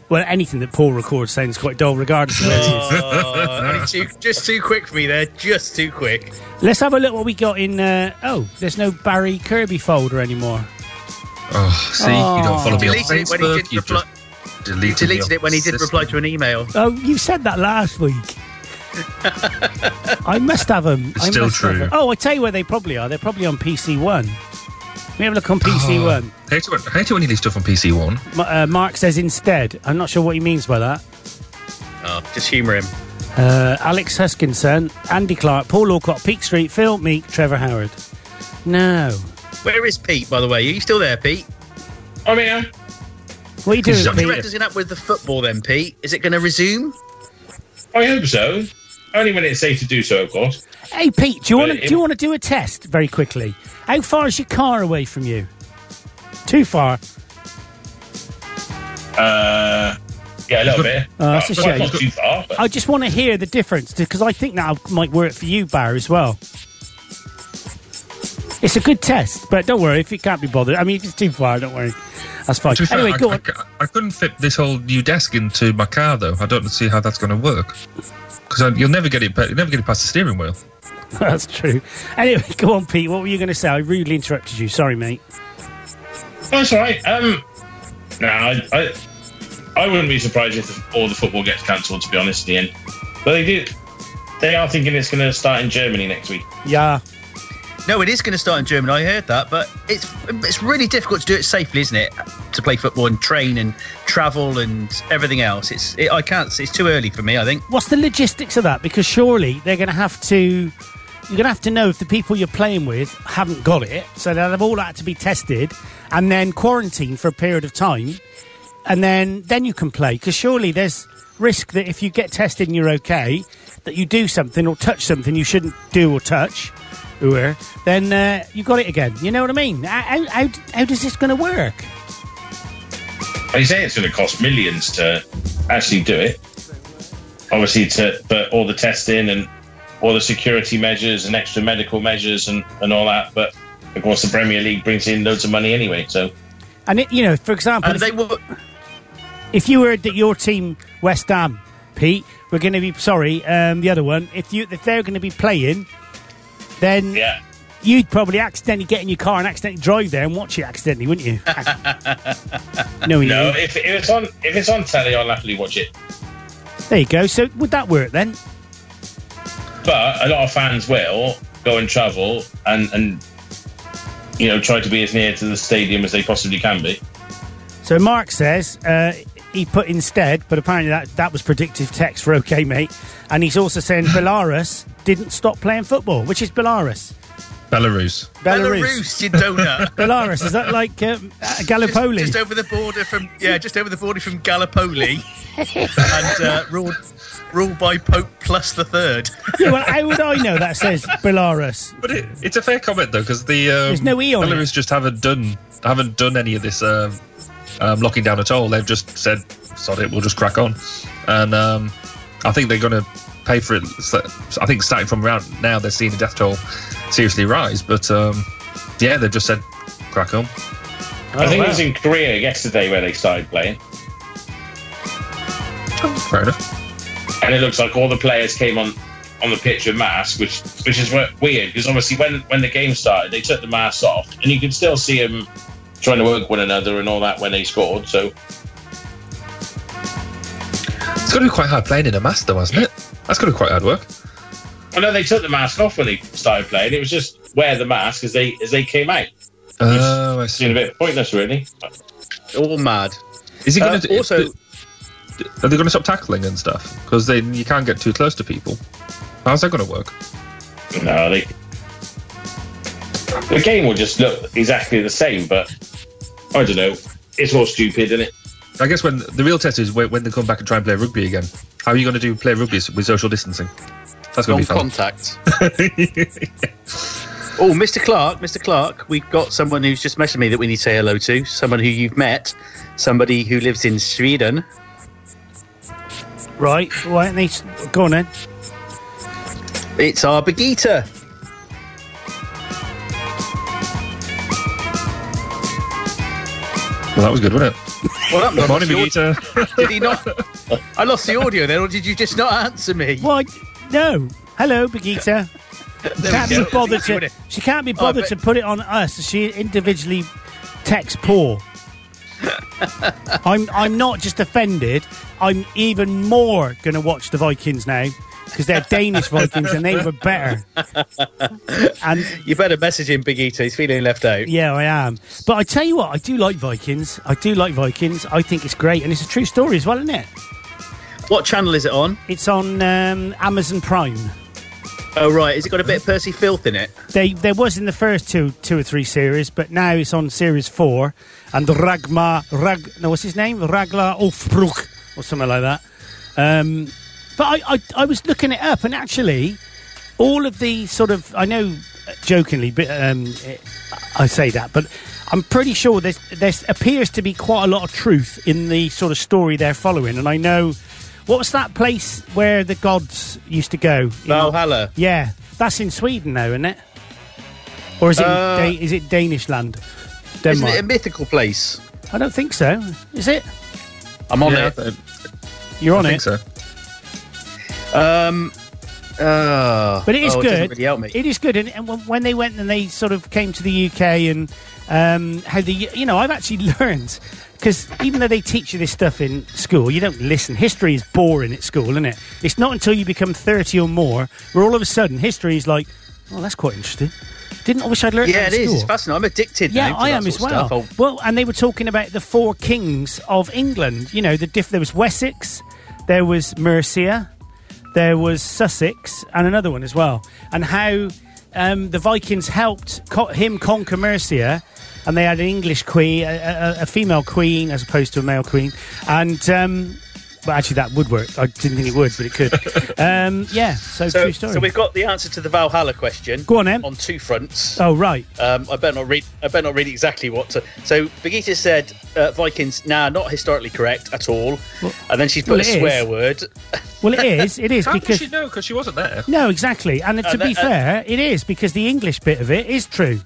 B: Well, anything that Paul records sounds quite dull, regardless of where it is.
E: Oh, only too, just too quick for me there. Just too quick.
B: Let's have a look what we got in. Uh, oh, there's no Barry Kirby folder anymore.
D: Oh, see, you don't follow me on
E: Deleted it when he
D: Facebook.
E: did
D: you
E: reply.
D: just deleted,
E: Deleted
D: me
E: it when he
D: off
E: did
D: the
E: reply
D: system.
E: to an email.
B: Oh, you said that last week. I must have them.
D: It's
B: I
D: still
B: must have
D: true.
B: 'em. Oh, I tell you where they probably are. They're probably on PC One. We have a look on
D: Oh.
B: PC One.
D: I hate, it when, I hate it when you leave stuff on PC One.
B: Ma- uh, Mark says instead. I'm not sure what he means by that.
E: Oh, just humour him.
B: Uh, Alex Huskinson, Andy Clark, Paul Orcott, Peak Street, Phil Meek, Trevor Howard. No.
E: Where is Pete, by the way? Are you still there, Pete?
F: I mean, uh,
B: What are you
D: He's
B: doing,
D: on
E: What do you
B: Pete?
E: reckon's going up with the football then, Pete? Is it going to resume?
F: I hope so. Only when it's safe to do so, of course.
B: Hey, Pete, do you want to
F: But
B: do
F: it-
B: you want to do a test very quickly? How far is your car away from you? Too far.
F: Uh, yeah, a little bit.
B: Oh, that's a
F: Not- Not
B: shame.
F: too far. But
B: I just want to hear the difference because I think that might work for you, Bar, as well. It's a good test, but don't worry if it can't be bothered. I mean, if it's too far, don't worry. That's fine.
D: To be fair,
B: Anyway,
D: I,
B: go
D: I
B: on.
D: c- I couldn't fit this whole new desk into my car though. I don't see how that's going to work because you'll never get it. pa- You'll never get it past the steering wheel.
B: That's true. Anyway, go on, Pete. What were you going to say? I rudely interrupted you. Sorry, mate.
F: That's all right. Um, no, I, I, I wouldn't be surprised if all the football gets cancelled. To be honest, in the end, but they do. They are thinking it's going to start in Germany next week.
B: Yeah.
E: No, it is going to start in Germany. I heard that, but it's it's really difficult to do it safely, isn't it? To play football and train and travel and everything else. It's it, I can't. It's too early for me. I think.
B: What's the logistics of that? Because surely they're going to have to. You're going to have to know if the people you're playing with haven't got it, so they'll have all that to be tested and then quarantined for a period of time, and then then you can play. Because surely there's risk that if you get tested and you're okay, that you do something or touch something you shouldn't do or touch, or then uh, you got it again. You know what I mean? How how, how, how does this going to work?
F: They say it's going to cost millions to actually do it. Obviously, to but all the testing and all the security measures and extra medical measures and, and all that. But of course, the Premier League brings in loads of money anyway. So
B: And it, you know, for example, if-
E: And they were.
B: if you heard that your team, West Ham, Pete, were going to be sorry, um, the other one, if you if they're going to be playing, then
F: yeah,
B: you'd probably accidentally get in your car and accidentally drive there and watch it accidentally, wouldn't you? no,
F: no.
B: no.
F: If, if it's on if it's on telly, I'll happily watch it.
B: There you go. So would that work then?
F: But a lot of fans will go and travel and and you know try to be as near to the stadium as they possibly can be.
B: So Mark says uh, he put instead, but apparently that that was predictive text for OK mate, and he's also saying Belarus didn't stop playing football, which is Belarus.
D: Belarus.
E: Belarus, you donut.
B: Belarus is that like um, Gallipoli?
E: Just, just over the border from yeah, just over the border from Gallipoli, and uh, ruled ruled by Pope Plus the Third.
B: Yeah, well, how would I know that says Belarus?
D: But it, it's a fair comment though, because the um,
B: There's no E on it.
D: Belarus just haven't done haven't done any of this um, um, locking down at all. They've just said, "Sod it, we'll just crack on," and um, I think they're going to pay for it. So- I think starting from around now, they're seeing the death toll seriously rise. But um, yeah, they've just said, "Crack on."
F: I think it was in Korea yesterday where they started playing.
D: Fair enough.
F: and it looks like all the players came on on the pitch with masks, which which is we- weird because obviously when when the game started, they took the masks off, and you could still see them trying to work one another and all that when they scored. So
D: It's going to be quite hard playing in a mask, though, hasn't it? That's going to be quite hard work.
F: I know they took the mask off when they started playing. It was just wear the mask as they as they came out.
D: Oh, I
F: It's been
D: see.
F: a bit pointless, really.
E: All mad.
D: Is he
E: Uh,
D: going to
E: also-
D: Are they going to stop tackling and stuff? Because then you can't get too close to people. How's that going to work?
F: No, they. The game will just look exactly the same, but I don't know. It's all stupid, isn't it?
D: I guess when the real test is when, when they come back and try and play rugby again. How are you going to do play rugby s- with social distancing? That's going
E: Non
D: to be
E: contact.
D: fun.
E: Oh, Mr. Clark, Mr. Clark, we've got someone who's just messaged me that we need to say hello to. Someone who you've met. Somebody who lives in Sweden.
B: Right, why don't they s- go on then?
E: It's our Birgitta.
D: well, that was good, wasn't it?
E: What happened? I
D: Morning,
E: lost the audio-
D: Birgitta.
E: Did he not? I lost the audio then, or did you just not answer me?
B: Why? No. Hello, Birgitta. Can't be bothered to. She can't be bothered
E: but-
B: to put it on us. She individually texts Paul. I'm. I'm not just offended. I'm even more going to watch the Vikings now because they're Danish Vikings and they were better. And
E: You better message him, Birgitta. He's feeling left out.
B: Yeah, I am. But I tell you what, I do like Vikings. I do like Vikings. I think it's great, and it's a true story as well, isn't it?
E: What channel is it on?
B: It's on um, Amazon Prime.
E: Oh, right. Has it got a bit of Percy Filth in it?
B: They there was in the first two two or three series, but now it's on series four. And Ragma Rag no, what's his name? Ragla Ulfbruck or something like that. Um, but I, I I was looking it up, and actually, all of the sort of I know uh, jokingly, but um, it, I say that, but I'm pretty sure there's there appears to be quite a lot of truth in the sort of story they're following. And I know what was that place where the gods used to go? in-
E: Valhalla.
B: yeah, that's in Sweden, though, isn't it? Or is it
E: Uh,
B: da- is it Danish land?
E: Isn't
B: Denmark.
E: it a mythical place?
B: I don't think so. Is it?
E: I'm on
D: yeah,
E: it.
D: I,
B: You're on
D: I
B: it,
D: think so.
E: Um, uh,
B: but it is
E: oh,
B: good.
E: doesn't really help me.
B: It is good, and, and when- when they went and they sort of came to the UK and um, how the you know I've actually learned because even though they teach you this stuff in school, you don't listen. History is boring at school, isn't it? It's not until you become thirty or more where all of a sudden history is like, oh, that's quite interesting. Didn't I wish I'd learned
E: Yeah,
B: that in
E: it is. It's
B: school?
E: fascinating. I'm addicted
B: Yeah,
E: now to
B: I
E: that
B: am
E: sort
B: as
E: of
B: well.
E: stuff. Oh. I'll-
B: Well, and they were talking about the four kings of England. You know, the diff- there was Wessex, there was Mercia, there was Sussex, and another one as well. And how um, the Vikings helped co- him conquer Mercia, and they had an English queen, a, a, a female queen as opposed to a male queen, and. Um, well, actually, that would work. I didn't think it would, but it could. um, yeah, so,
E: So,
B: true story.
E: so we've got the answer to the Valhalla question.
B: Go on, then.
E: On two fronts.
B: oh, right.
E: Um, I better not read. I better not read exactly what. To, so Brigitte said uh, Vikings. Nah, not historically correct at all. and then she's put
B: well,
E: a
B: it is.
E: swear word.
B: Well, it is. It is
D: How
B: because
D: did she know? Because she wasn't there.
B: No, exactly. And to
E: that-
B: be
E: uh,
B: fair, it is because the English bit of it is true.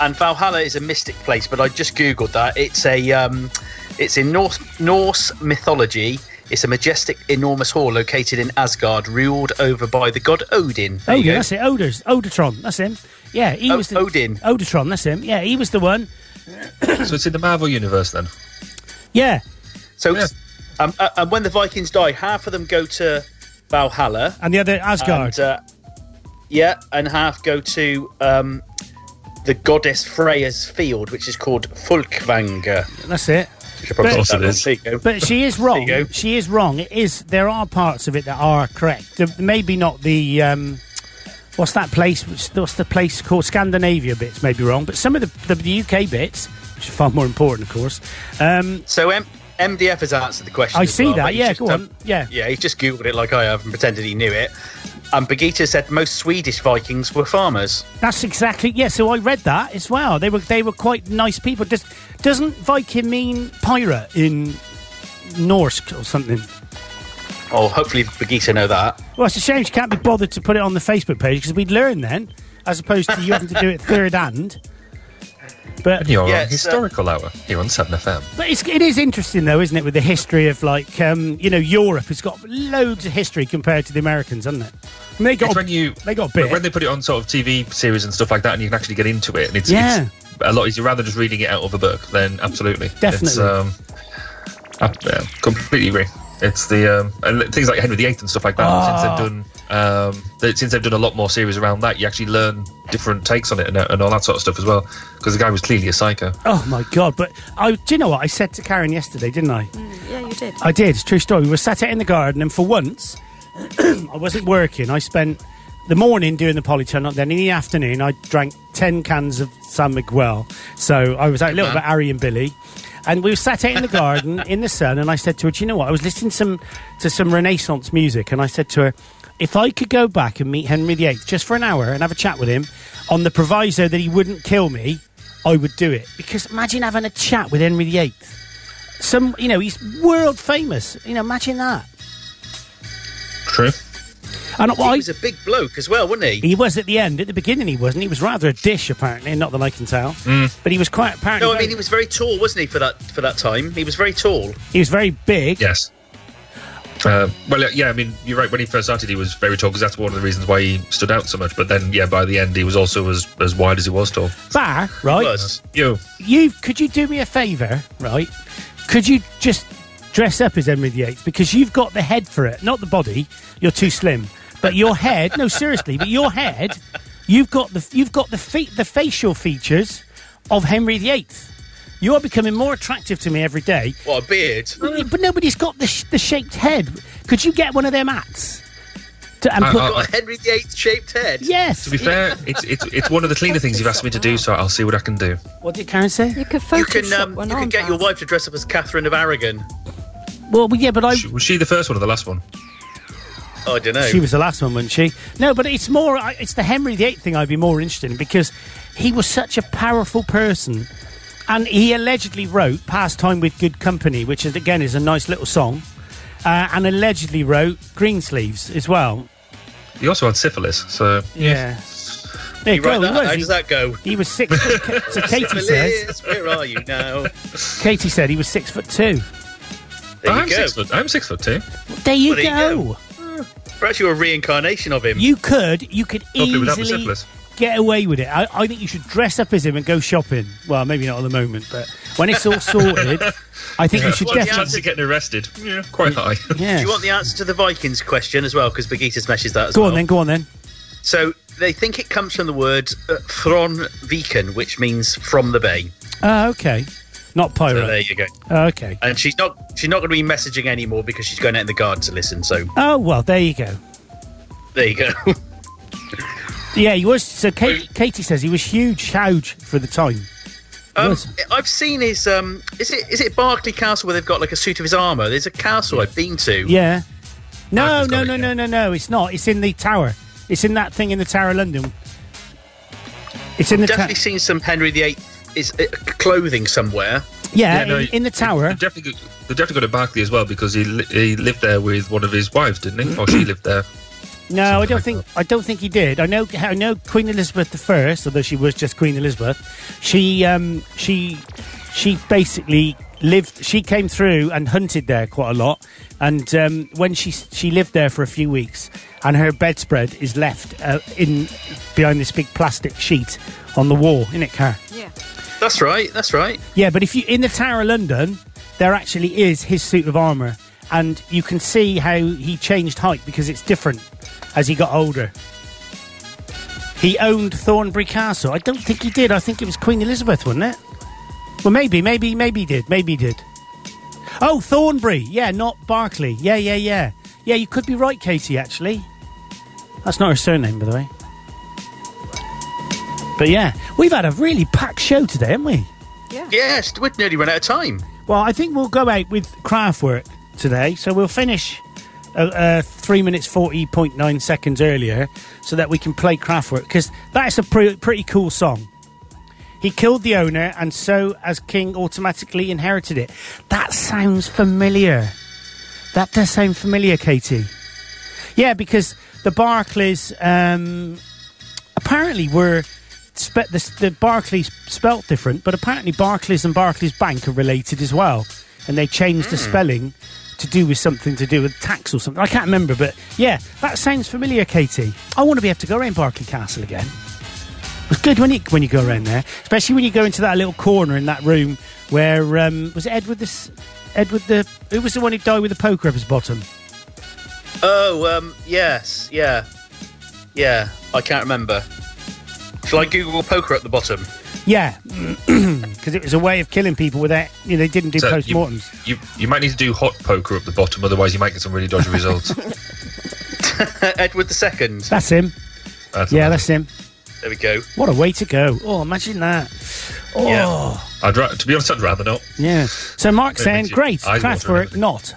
E: And Valhalla is a mystic place, but I just googled that. It's a. Um, it's in Norse Norse mythology. It's a majestic, enormous hall located in Asgard, ruled over by the god Odin. There
B: Oh,
E: you
B: yeah,
E: go.
B: that's it. Odors, Odatron, that's him. Yeah, he
E: O-
B: was the
E: Odin.
B: Odatron, that's him. Yeah, he was the one.
D: So it's in the Marvel universe then.
B: Yeah,
E: So,
D: Yeah.
E: um, uh, and when the Vikings die, half of them go to Valhalla,
B: and the other Asgard.
E: and uh, yeah, and half go to um, the goddess Freya's field, which is called Folkvanger.
B: that's it.
E: Should probably
B: But-
E: say that
D: Of course
E: one. There you go.
B: But she is wrong.
E: uh, There you go.
B: She is wrong. It is. There are parts of it that are correct. The, maybe not the. Um, what's that place? Which, what's the place called? Scandinavia bits may be wrong, but some of the, the, the UK bits, which are far more important, of course. Um,
E: so M- MDF has answered the question.
B: I
E: as
B: see
E: well, but
B: that.
E: he
B: Yeah,
E: just,
B: go
E: um,
B: on. Yeah.
E: Yeah, he just googled it like I have and pretended he knew it. And Birgitta said most Swedish Vikings were farmers.
B: That's exactly yeah. So I read that as well. They were they were quite nice people. Does doesn't Viking mean pirate in Norse or something?
E: Oh, hopefully Birgitta know that.
B: Well, it's a shame she can't be bothered to put it on the Facebook page because we'd learn then, as opposed to you having to do it third hand. But
D: And you're
E: Yeah,
D: on
E: it's, uh,
D: historical hour here on Seven FM.
B: but it's, it is interesting though, isn't it, with the history of like um, you know Europe? It's got loads of history compared to the Americans, hasn't it? I mean, they got
D: It's
B: a-
D: when you
B: they got a bit.
D: when they put it on sort of TV series and stuff like that, and you can actually get into it, and it's,
B: Yeah.
D: it's a lot easier rather than just reading it out of a book. Then absolutely, It's,
B: Definitely.
D: um, I yeah, completely agree. It's the um, and things like Henry VIII and stuff like that.
B: Ah.
D: Since they've done um, they, since they've done a lot more series around that, you actually learn different takes on it and, and all that sort of stuff as well. Because the guy was clearly a psycho.
B: oh my god! But I, do you know what I said to Karen yesterday? Didn't I?
G: Yeah, you did.
B: I did. True story. We were sat out in the garden, and for once, I wasn't working. I spent the morning doing the polytunnel. Then in the afternoon, I drank ten cans of San Miguel. So I was like a little bit Harry and Billy. And we were sat out in the garden in the sun, and I said to her, "Do you know what? I was listening some to some Renaissance music, and I said to her." If I could go back and meet Henry VIII just for an hour and have a chat with him on the proviso that he wouldn't kill me, I would do it. Because imagine having a chat with Henry VIII some you know he's world famous you know imagine that
D: True.
B: and I,
E: He was a big bloke as well, wasn't he?
B: he was at the end at the beginning he wasn't he was rather a dish apparently not that i can tell but he was quite apparently
E: Mm. No, I
B: very-
E: mean he was very tall, wasn't he? For that for that time, he was very tall.
B: he was very big
D: Yes. Uh, well, yeah, I mean, you're right. When he first started, he was very tall because that's one of the reasons why he stood out so much. But then, yeah, by the end, he was also as, as wide as he was tall.
B: bar right
E: Was.
D: You,
B: you could you do me a favor right could you just dress up as henry viii because you've got the head for it not the body you're too slim but your head no seriously but your head you've got the you've got the feet the facial features of henry viii you are becoming more attractive to me every day
E: What a beard!
B: But but nobody's got the, sh- the shaped head. Could you get one of them hats? To, and
D: I-
B: put,
D: I-
E: Got a Henry VIII shaped head.
B: yes.
D: to be fair, it's, it's it's one of the cleaner things you've asked me to do, so I'll see what I can do.
B: what did Karen say?
G: You could
E: You
G: Photoshop
E: can um,
G: one
E: you
G: on.
E: can get your
G: Baz.
E: wife to dress up as Catherine of Aragon.
B: Well, yeah, but I.
D: She- was she the first one or the last one?
E: I don't know.
B: She was the last one, wasn't she? No, but it's more. I- It's the Henry VIII thing I'd be more interested in because he was such a powerful person, and he allegedly wrote "Pastime with Good Company," which is again is a nice little song, uh, and allegedly wrote "Greensleeves" as well.
D: He also had syphilis, so
B: Yeah. There you,
E: You write
B: go.
E: that?
B: he Oh, was.
E: How
B: He-
E: does that go?
B: he was six. foot- so Katie says.
E: Liz, where are you now?
B: Katie said he was six foot two.
E: There
D: I'm
E: you go.
D: six foot. I'm six foot two.
B: There you
E: Well, there
B: go.
E: you
B: You,
E: Perhaps you were a reincarnation of him.
B: could, you could
D: Hopefully without the
B: easily
D: syphilis.
B: get away with it. I, I think you should dress up as him and go shopping. Well, maybe not at the moment, but when it's all sorted, I think you should
E: Well, the
B: definitely.
D: Chance of getting arrested, yeah, quite high.
B: Yeah.
E: Do you want the answer to the Vikings question as well? Because Birgitta's messaged that as
B: Go
E: well.
B: on then. Go on then.
E: So they think it comes from the word uh, "thron viken," which means "from the bay."
B: Ah, okay. Not
E: So
B: pirate.
E: there you go.
B: Ah, okay.
E: And she's not she's not going to be messaging anymore because she's going out in the garden to listen. So
B: Oh well, there you go.
E: there you go.
B: Yeah, he was. So Katie, Katie says he was huge, huge for the time.
E: um,
B: Yes.
E: I've seen his um is it is it Barclay Castle where they've got like a suit of his armor? There's a castle I've been to.
B: Yeah. No,
E: Martha's
B: no,
E: got
B: no,
E: it,
B: no,
E: yeah.
B: no, no. It's not. It's in the tower. It's in that thing in the Tower of London. It's in the tower.
E: Definitely seen some Henry VIII is uh, clothing somewhere.
B: Yeah,
D: no,
B: in, in the tower.
D: They definitely, go- they definitely go to Barclay as well because he li- he lived there with one of his wives, didn't he? Or she lived there.
B: No, I
D: Something
B: don't
D: like
B: think I don't think he did. I know I know Queen Elizabeth I, although she was just Queen Elizabeth. She um she she basically lived. She came through and hunted there quite a lot. And um, when she she lived there for a few weeks, and her bedspread is left uh, in behind this big plastic sheet on the wall, in it, Car.
G: Yeah.
E: That's right. That's right.
B: Yeah, but if you in the Tower of London, there actually is his suit of armor, and you can see how he changed height because it's different as he got older. He owned Thornbury Castle. I don't think he did. I think it was Queen Elizabeth, wasn't it? Well, maybe, maybe, maybe he did. Maybe he did. Oh, Thornbury. Yeah, not Barclay. Yeah, yeah, yeah. Yeah, you could be right, Katie, actually. That's not her surname, by the way. But yeah, we've had a really packed show today, haven't we?
G: Yeah.
E: Yes, we'd nearly run out of time.
B: Well, I think we'll go out with Kraftwerk today, so we'll finish uh, uh, three minutes forty point nine seconds earlier, so that we can play Kraftwerk because that's a pre- pretty cool song. He killed the owner, and so as king, automatically inherited it. That sounds familiar. That does sound familiar, Katie. Yeah, because the Barclays um, apparently were spe- the, the Barclays spelt different, but apparently Barclays and Barclays Bank are related as well, and they changed
D: Hmm.
B: the spelling to do with something to do with tax or something. I can't remember, but yeah, that sounds familiar, Katie. I want to be able to go around Barclay Castle again. It was good when you when you go around there, especially when you go into that little corner in that room where um, was it Edward this Edward the who was the one who died with the poker up his bottom.
E: Oh, um, yes, yeah, yeah. I can't remember. Shall I Google poker at the bottom?
B: Yeah, because it was a way of killing people without you know, they didn't do
D: So
B: post
D: you,
B: mortems.
D: you you might need to do hot poker up the bottom, otherwise you might get some really dodgy results.
E: Edward II.
B: That's him.
D: That's
B: Yeah,
D: all.
B: that's him.
E: There we go.
B: What a way to go! Oh, imagine that. Oh, yeah.
E: Yeah.
D: I'd ra- to be honest, I'd rather not.
B: So Mark's
D: It
B: saying,
D: makes you
B: "Great,
D: eyes water,
B: Kraftwerk,
D: doesn't it?
B: not."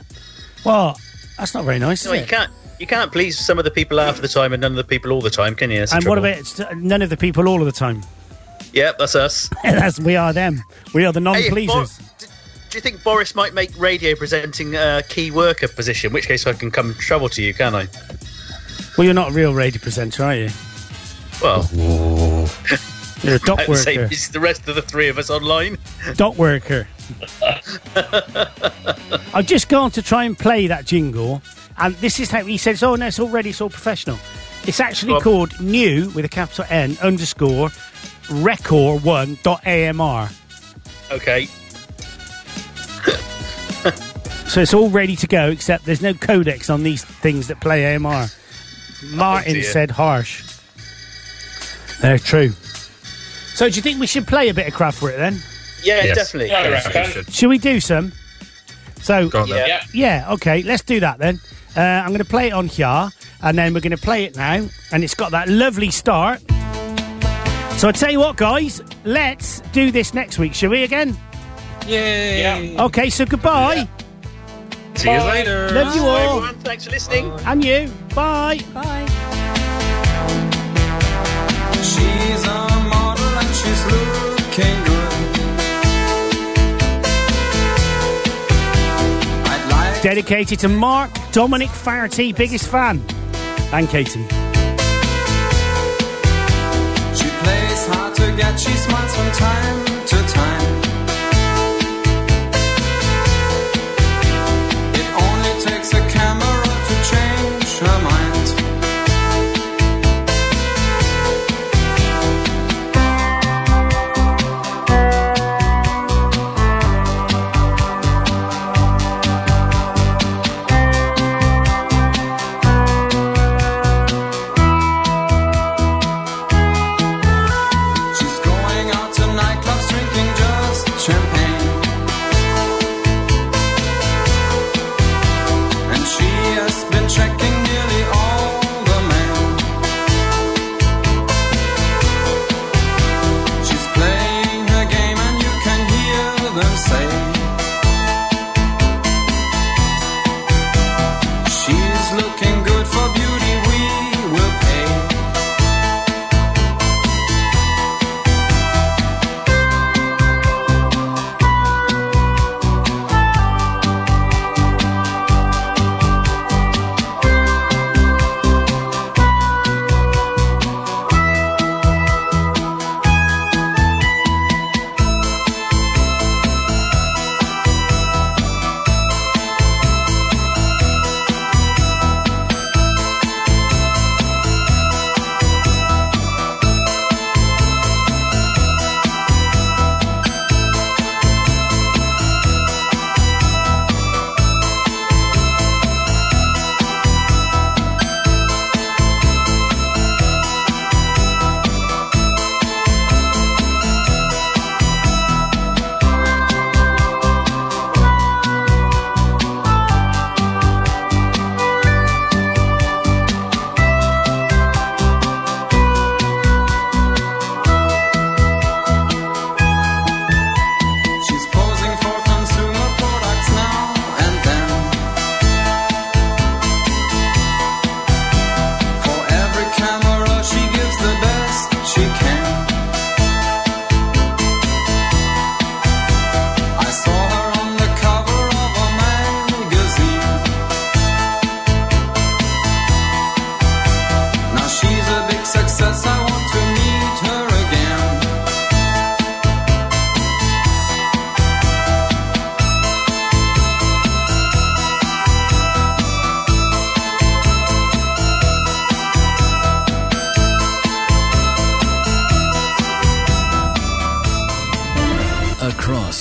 B: Well, that's not very nice.
E: No,
B: is
E: you
B: it?
E: can't. You can't please some of the people half the time and none of the people all the time, can you? That's the
B: And what
E: trouble.
B: about s- none of the people all of the time?
E: Yep, that's us.
B: that's we are them. We are the
E: Hey, if Bor-
B: non-pleasers.
E: d- do you think Boris might make radio presenting a key worker position? In which case, I can come travel to you, can I?
B: well, you're not a real radio presenter, are you?
E: Well,
B: You're a dock
E: I would say
B: worker.
E: is the rest of the three of us online.
B: Dock worker. I've just gone to try and play that jingle, and this is how he says, "Oh no, it's already it's all professional." It's actually
E: Well-
B: called new with a capital N underscore record one dot amr.
E: Okay.
B: So it's all ready to go, except there's no codex on these things that play AMR. Martin
E: Oh, dear.
B: said harsh. They're true. So do you think we should play a bit of Kraftwerk then?
E: Yeah,
D: Yes.
E: definitely.
F: Yeah, I
D: Yes,
F: reckon.
D: you should.
B: Should we do some? So
D: Go on then.
E: Yeah.
F: Yeah.
B: yeah, okay, let's do that then. Uh, I'm going to play it on here, and then we're going to play it now, and it's got that lovely start. So I tell you what, guys, let's do this next week, shall we? Again?
F: Yeah.
B: Okay, so goodbye.
D: See you later.
B: Love you
E: Bye,
B: all,
E: everyone. Thanks for listening.
B: and you. Bye.
G: Bye.
H: She's a model and she's looking good. I'd like
B: dedicated to Mark Dominic Farty, biggest fan, and Katie.
H: she plays hard to get, she smiles from time to time. It only takes a camera to change her mind.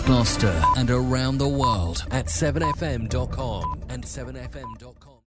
A: Gloucester, and around the world at 7fm.com and 7fm.com.